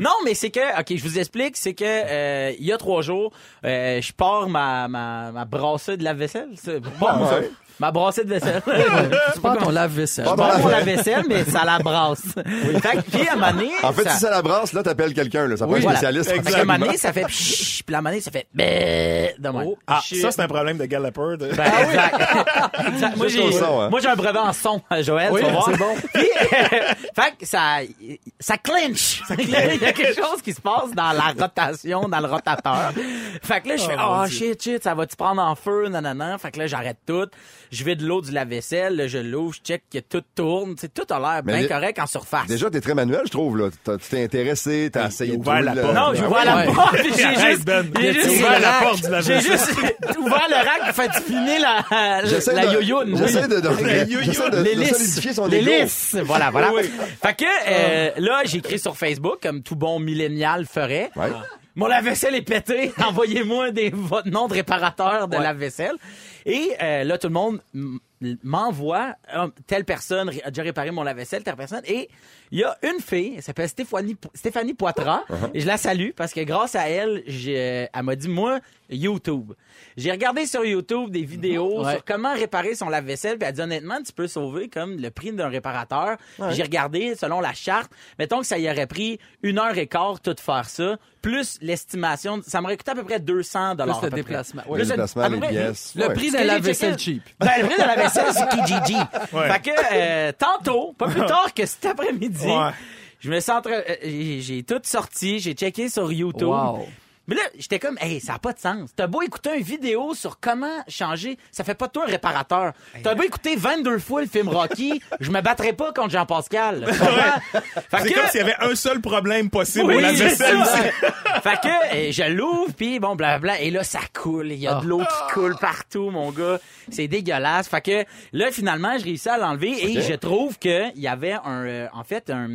Speaker 5: Non, mais c'est que, OK, je vous explique, c'est que euh, il y a trois jours, euh, je pars ma, ma, ma brassée de la vaisselle. C'est bon, ça?
Speaker 2: Ah, ouais.
Speaker 5: Ma brassée de vaisselle.
Speaker 4: Tu prends ton lave-vaisselle.
Speaker 2: Ah,
Speaker 5: Bon pour la vaisselle, mais ça la brasse. Fait que, puis à un moment donné,
Speaker 2: En fait,
Speaker 5: Ben, ça-
Speaker 2: si ça la brasse, là, t'appelles quelqu'un, là. Ça prend
Speaker 5: Oui,
Speaker 2: un
Speaker 5: voilà.
Speaker 2: spécialiste.
Speaker 5: Fait qu'à un moment donné, ça fait pshhh, puis à un moment donné, ça fait bleh, de même.
Speaker 2: Oh,
Speaker 3: Ah, ça, c'est un problème de Galloper. de-
Speaker 5: Ben, exact. Exact. Moi,
Speaker 2: Ah Juste au
Speaker 5: j'ai,
Speaker 2: son, hein.
Speaker 5: moi, j'ai un brevet en son, euh, Joël, tu vas voir.
Speaker 4: c'est bon.
Speaker 5: Puis, euh, fait que ça, ça clinche. Il y a quelque chose qui se passe dans la rotation, dans le rotateur. Fait que là, je fais, oh, shit, shit, ça va-tu prendre en feu, nanana. Fait que là, j'arrête tout. Je vais de l'eau du lave-vaisselle, là, je l'ouvre, je check que tout tourne. Tu sais, tout a l'air
Speaker 2: Mais
Speaker 5: bien
Speaker 2: les-
Speaker 5: correct en surface.
Speaker 2: Déjà, t'es très manuel, je trouve, là. T'as- Tu t'es intéressé, t'as essayé de
Speaker 3: ouvert
Speaker 2: trouver
Speaker 3: la
Speaker 2: le- Ah
Speaker 3: porte.
Speaker 5: Non, j'ai ouvert la
Speaker 4: Ouais.
Speaker 5: porte, puis j'ai
Speaker 3: Arrête,
Speaker 5: juste,
Speaker 3: Ben.
Speaker 5: j'ai
Speaker 3: Tu as
Speaker 5: juste
Speaker 3: ouvert
Speaker 5: le
Speaker 3: la
Speaker 5: rack.
Speaker 3: porte du
Speaker 5: J'ai
Speaker 3: lave-vaisselle.
Speaker 5: juste ouvir le rack, fait finir la,
Speaker 2: J'essaie
Speaker 5: la
Speaker 2: de-
Speaker 5: yoyoune. oui.
Speaker 2: J'essaie de, de,
Speaker 3: yoyoune.
Speaker 2: j'essaie de- de solidifier son Ah. égo.
Speaker 5: L'hélice. Voilà, voilà. Fait que euh, là, j'ai écrit sur Facebook, comme tout bon millénial ferait.
Speaker 2: Ouais.
Speaker 3: Ah.
Speaker 5: Mon lave-vaisselle est pété. Envoyez-moi des, votre nom de réparateur de lave-vaisselle. Et euh, là, tout le monde m- m'envoie euh, telle personne ré- a déjà réparé mon lave-vaisselle, telle personne. Et il y a une fille, elle s'appelle Stéphanie, Po- Stéphanie Poitras. Et je la salue parce que grâce à elle, j'ai, elle m'a dit, moi, YouTube. J'ai regardé sur YouTube des vidéos
Speaker 4: Ouais.
Speaker 5: sur comment réparer son lave-vaisselle. Puis elle dit, honnêtement, tu peux sauver comme le prix d'un réparateur. J'ai regardé selon la charte. Mettons que ça y aurait pris une heure et quart tout faire ça, plus l'estimation. Ça m'aurait coûté à peu près 200 dollars.
Speaker 4: le déplacement, ouais.
Speaker 2: Le déplacement, les pièces.
Speaker 4: Le
Speaker 2: Ouais.
Speaker 4: prix de
Speaker 5: Parce que
Speaker 4: la
Speaker 5: j'ai checké-
Speaker 4: vaisselle cheap.
Speaker 5: Ben, le prix de la vaisselle, c'est Kijiji.
Speaker 3: Ouais.
Speaker 5: Fait que, euh, tantôt, pas plus tard que cet après-midi,
Speaker 3: Ouais.
Speaker 5: je me suis entre... euh, j'ai- J'ai tout sorti, j'ai checké sur YouTube.
Speaker 4: Wow.
Speaker 5: Mais là, j'étais comme, hey, ça n'a pas de sens. T'as beau écouter une vidéo sur comment changer, ça fait pas de toi un réparateur. T'as beau écouter 22 fois le film Rocky, je me battrais pas contre Jean-Pascal. Tu comprends? Fait
Speaker 3: C'est
Speaker 5: que-
Speaker 3: comme s'il y avait un seul problème possible
Speaker 5: oui,
Speaker 3: au lave-vaisselle.
Speaker 5: c'est ça. fait que euh, je l'ouvre puis bon blablabla et là ça coule, il y a de l'eau qui coule partout mon gars, c'est dégueulasse. Fait que là finalement, je réussis à l'enlever et je trouve que il y avait un euh, en fait un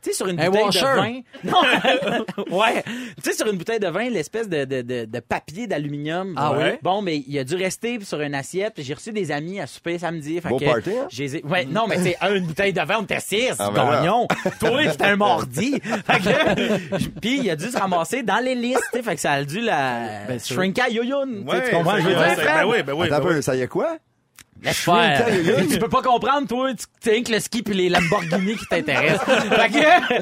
Speaker 5: tu sais sur une
Speaker 4: Un
Speaker 5: bouteille
Speaker 4: washer.
Speaker 5: de vin. Non. ouais. Tu sais sur une bouteille de vin, l'espèce de, de, de, de papier d'aluminium.
Speaker 4: Ah ouais?
Speaker 5: Bon mais il a dû rester sur une assiette, puis j'ai reçu des amis à souper samedi, fait
Speaker 2: Beau
Speaker 5: que
Speaker 2: party, hein?
Speaker 5: j'ai ouais, non mais c'est une bouteille de vin on était six,
Speaker 2: Ah, ben là.
Speaker 5: gagnon. Toi, c'était un mordi. Fait que, je- Puis il a dû se ramasser dans les listes, tu sais, fait que ça a dû la
Speaker 4: Ben, sûr.
Speaker 5: shrinka yoyoun.
Speaker 3: Ouais,
Speaker 5: tu comprends?
Speaker 3: c'est-
Speaker 5: Je veux dire,
Speaker 3: c'est-
Speaker 5: Fred,
Speaker 3: ben oui, ben oui.
Speaker 2: Attends
Speaker 3: ben
Speaker 2: un
Speaker 3: oui.
Speaker 2: peu, ça y est quoi?
Speaker 5: laisse faire.
Speaker 2: Shrinka yoyoun.
Speaker 5: Tu peux pas comprendre, toi, tu t'es rien que le ski puis les Lamborghini qui t'intéressent. fait que,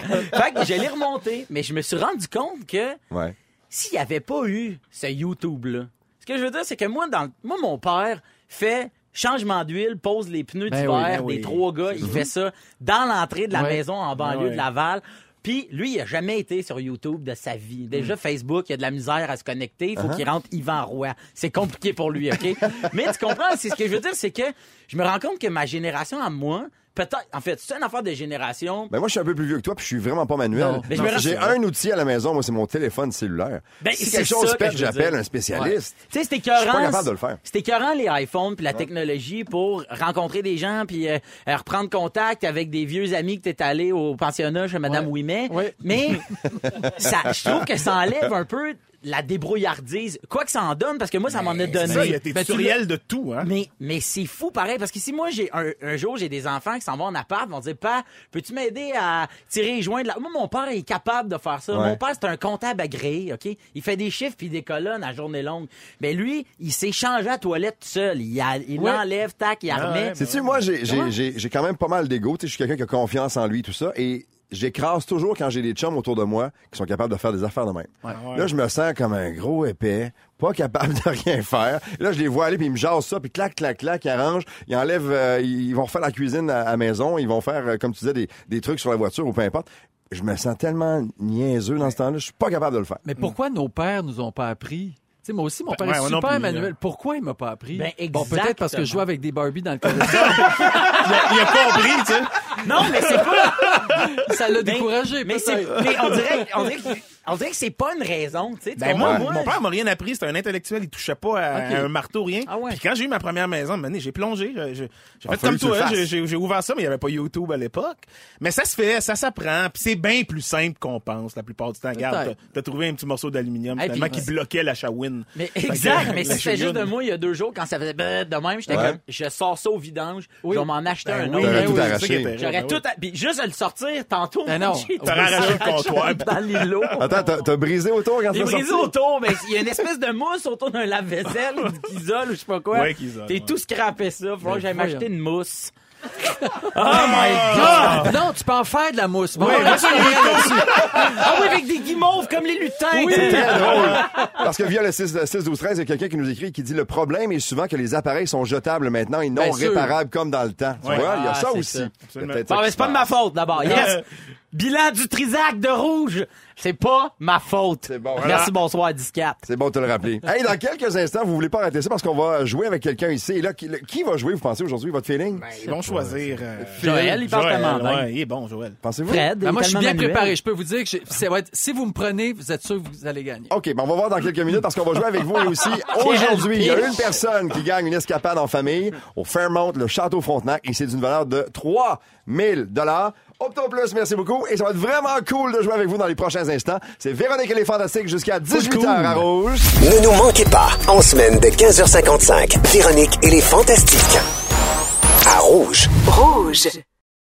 Speaker 5: fait que je l'ai remonté, mais je me suis rendu compte que
Speaker 2: Ouais.
Speaker 5: s'il n'y avait pas eu ce YouTube-là, ce que je veux dire, c'est que moi, dans, le- moi mon père fait changement d'huile, pose les pneus
Speaker 4: Ben
Speaker 5: d'hiver
Speaker 4: oui, ben
Speaker 5: des
Speaker 4: oui.
Speaker 5: trois gars, il fait ça dans l'entrée de la
Speaker 4: Ouais.
Speaker 5: maison en banlieue de Laval. Puis, lui, il a jamais été sur YouTube de sa vie.
Speaker 4: Mm.
Speaker 5: Déjà, Facebook, il a de la misère à se connecter. Il
Speaker 4: Uh-huh.
Speaker 5: faut qu'il rentre Yvan Roy. C'est compliqué pour lui, OK? Mais tu comprends, c'est ce que je veux dire, c'est que je me rends compte que ma génération à moi, peut-être, en fait, c'est une affaire de génération.
Speaker 2: Ben moi, je suis un peu plus vieux que toi, puis je suis vraiment pas manuel.
Speaker 4: Non,
Speaker 5: mais je me
Speaker 2: J'ai
Speaker 5: rassure.
Speaker 2: un outil à la maison, moi, c'est mon téléphone cellulaire.
Speaker 5: Ben,
Speaker 2: si
Speaker 5: c'est
Speaker 2: quelque chose
Speaker 5: ça que
Speaker 2: pète,
Speaker 5: je veux
Speaker 2: j'appelle
Speaker 5: dire.
Speaker 2: un spécialiste.
Speaker 5: Tu sais, c'est
Speaker 2: Je suis pas
Speaker 5: écœurant.
Speaker 2: capable de le faire.
Speaker 5: C'est écœurant les iPhones puis la technologie pour rencontrer des gens puis euh, euh, reprendre contact avec des vieux amis que t'es allé au pensionnat chez Madame
Speaker 4: Ouais.
Speaker 5: Ouimet.
Speaker 4: Ouais.
Speaker 5: Mais ça, je trouve que ça enlève un peu la débrouillardise. Quoi que ça en donne, parce que moi, ça m'en a
Speaker 3: C'est ça, il y
Speaker 5: donné.
Speaker 3: a des
Speaker 4: Ben, tu
Speaker 3: tutoriels de tout, hein.
Speaker 5: Mais, mais c'est fou pareil, parce que si moi, j'ai un, un jour, j'ai des enfants qui s'en vont en appart, vont dire, Père, peux-tu m'aider à tirer les joints de la. Moi, mon père est capable de faire ça.
Speaker 2: Ouais.
Speaker 5: Mon père, c'est un comptable agréé, OK? Il fait des chiffres puis des colonnes à journée longue. Mais lui, il s'est changé à la toilette tout seul. Il, a- il
Speaker 4: Ouais. Ah
Speaker 5: enlève, tac, il remet.
Speaker 2: Sais-tu, moi, j'ai- j'ai j'ai- j'ai quand même pas mal d'ego. Tu sais, Je suis quelqu'un qui a confiance en lui, tout ça. Et j'écrase toujours quand j'ai des chums autour de moi qui sont capables de faire des affaires de même. Là, je me sens comme un gros épais, pas capable de rien faire. Et là, je les vois aller, puis ils me jasent ça, puis clac, clac, clac, ils arrangent. Ils enlèvent, euh, ils vont refaire la cuisine à, à maison. Ils vont faire, euh, comme tu disais, des, des trucs sur la voiture ou peu importe. Je me sens tellement niaiseux dans ce temps-là. Je suis pas capable de le faire.
Speaker 4: Mais pourquoi nos pères nous ont pas appris? Tu sais, moi aussi, mon père
Speaker 3: Ben, ouais,
Speaker 4: est
Speaker 3: moi non
Speaker 4: super
Speaker 3: plus,
Speaker 4: manuel.
Speaker 3: là.
Speaker 4: Pourquoi il m'a pas appris?
Speaker 5: Ben,
Speaker 4: bon, peut-être parce que je
Speaker 5: exactement.
Speaker 4: jouais avec des Barbies dans le corridor.
Speaker 3: Il a compris, tu sais.
Speaker 5: Non, mais c'est pas.
Speaker 4: Ça l'a
Speaker 5: mais-
Speaker 4: découragé,
Speaker 5: Mais, c'est-
Speaker 4: peut-être.
Speaker 5: mais on dirait, on dirait, que- on dirait que c'est pas une raison, tu sais. tu
Speaker 3: Ben
Speaker 5: comprends?
Speaker 3: moi, mon père m'a rien appris. C'était un intellectuel. Il touchait pas à
Speaker 4: Ok.
Speaker 3: un marteau, rien.
Speaker 5: Ah ouais.
Speaker 3: Puis quand j'ai eu ma première maison, un moment donné, j'ai plongé. je- je- J'ai
Speaker 2: Ah,
Speaker 3: fait
Speaker 2: fallu
Speaker 3: comme
Speaker 2: que tu le
Speaker 3: toi. hein,
Speaker 2: fasses.
Speaker 3: j'ai- J'ai j'ai ouvert ça, mais il n'y avait pas YouTube à l'époque. Mais ça se fait, ça s'apprend. Puis c'est bien plus simple qu'on pense la plupart du temps. Regarde,
Speaker 4: Peut-être.
Speaker 3: t'as- t'as trouvé un petit morceau d'aluminium
Speaker 5: Hey,
Speaker 3: finalement
Speaker 5: puis-
Speaker 3: qui bloquait la chawin.
Speaker 5: Mais
Speaker 3: Fait que,
Speaker 5: exact,
Speaker 3: euh,
Speaker 5: mais
Speaker 3: la
Speaker 5: si c'était juste
Speaker 3: chawin.
Speaker 5: de moi il y a deux jours, quand ça faisait brrr de même, j'étais
Speaker 2: Ouais.
Speaker 5: comme, je sors ça au vidange,
Speaker 4: Oui.
Speaker 5: je vais m'en acheter un
Speaker 3: Ben oui,
Speaker 5: autre.
Speaker 2: T'aurais
Speaker 3: ben
Speaker 2: tout
Speaker 3: oui, c'est ça
Speaker 2: arraché.
Speaker 3: qui est terrible,
Speaker 5: J'aurais
Speaker 3: ben
Speaker 5: tout.
Speaker 3: oui.
Speaker 5: à- puis juste à le sortir tantôt.
Speaker 4: Ben non.
Speaker 5: j'ai
Speaker 4: T'aurais
Speaker 5: trouvé
Speaker 3: arraché
Speaker 5: ça
Speaker 3: le comptoir.
Speaker 5: Dans l'îlot.
Speaker 2: Attends, t'as- t'as brisé autour quand tu
Speaker 5: J'ai
Speaker 2: l'as
Speaker 5: brisé
Speaker 2: sorti?
Speaker 5: autour, mais il y a une espèce de mousse autour d'un lave-vaisselle qui isole ou je sais pas quoi.
Speaker 3: Ouais, qui isole,
Speaker 5: T'es
Speaker 3: ouais. Ben,
Speaker 5: tout scrappé ça. Faut que j'aille
Speaker 4: voyons.
Speaker 5: m'acheter une mousse. oh
Speaker 3: Ah!
Speaker 5: my god!
Speaker 4: Non, tu peux en faire de la mousse. Bon,
Speaker 3: Ouais,
Speaker 4: ben,
Speaker 3: bien sûr, il est conçu.
Speaker 5: Ah oui, avec des guimauves comme les lutins!
Speaker 2: Très drôle. Parce que via le 6, 6 12 13, il y a quelqu'un qui nous écrit qui dit le problème est souvent que les appareils sont jetables maintenant et non
Speaker 4: Bien sûr.
Speaker 2: réparables comme dans le temps. Tu
Speaker 3: Ouais.
Speaker 2: vois, il y a
Speaker 5: Ah,
Speaker 2: ça
Speaker 5: c'est
Speaker 2: aussi.
Speaker 5: ça.
Speaker 2: Il y a
Speaker 3: Absolument.
Speaker 2: peut-être ça
Speaker 5: Bon,
Speaker 2: qui
Speaker 5: mais
Speaker 2: se
Speaker 5: c'est pas de ma
Speaker 2: passe.
Speaker 5: faute d'abord. Yes.
Speaker 3: Euh.
Speaker 5: Bilan du Trisac de rouge. C'est pas ma faute.
Speaker 2: C'est bon.
Speaker 5: Merci, bonsoir, discap.
Speaker 2: C'est bon de te le rappeler. Hey, dans quelques instants, vous voulez pas rater ça parce qu'on va jouer avec quelqu'un ici. Et là, qui, le- qui va jouer, vous pensez, aujourd'hui, votre
Speaker 5: Ben,
Speaker 2: feeling?
Speaker 3: ben, Ils vont choisir. euh,
Speaker 5: Joël, il parle
Speaker 3: Joël,
Speaker 5: tellement bien. Ah,
Speaker 3: ouais, il est bon, Joël.
Speaker 2: Pensez-vous?
Speaker 5: Fred, il est
Speaker 4: Ben, moi, je suis
Speaker 5: tellement
Speaker 4: bien
Speaker 5: manuel.
Speaker 4: préparé. Je peux vous dire que j'ai- ça va être- si vous me prenez, vous êtes sûr que vous allez gagner.
Speaker 2: OK, ben on va voir dans quelques minutes parce qu'on va jouer avec vous et aussi aujourd'hui. Il y a une personne qui gagne une escapade en famille au Fairmont, le Château Frontenac, et c'est d'une valeur de 3000 dollars. Opto Plus, merci beaucoup. Et ça va être vraiment cool de jouer avec vous dans les prochains instants. C'est Véronique et les Fantastiques jusqu'à 18h à Rouge.
Speaker 1: Ne nous manquez pas, en semaine de 15h55, Véronique et les Fantastiques. À Rouge.
Speaker 8: Rouge.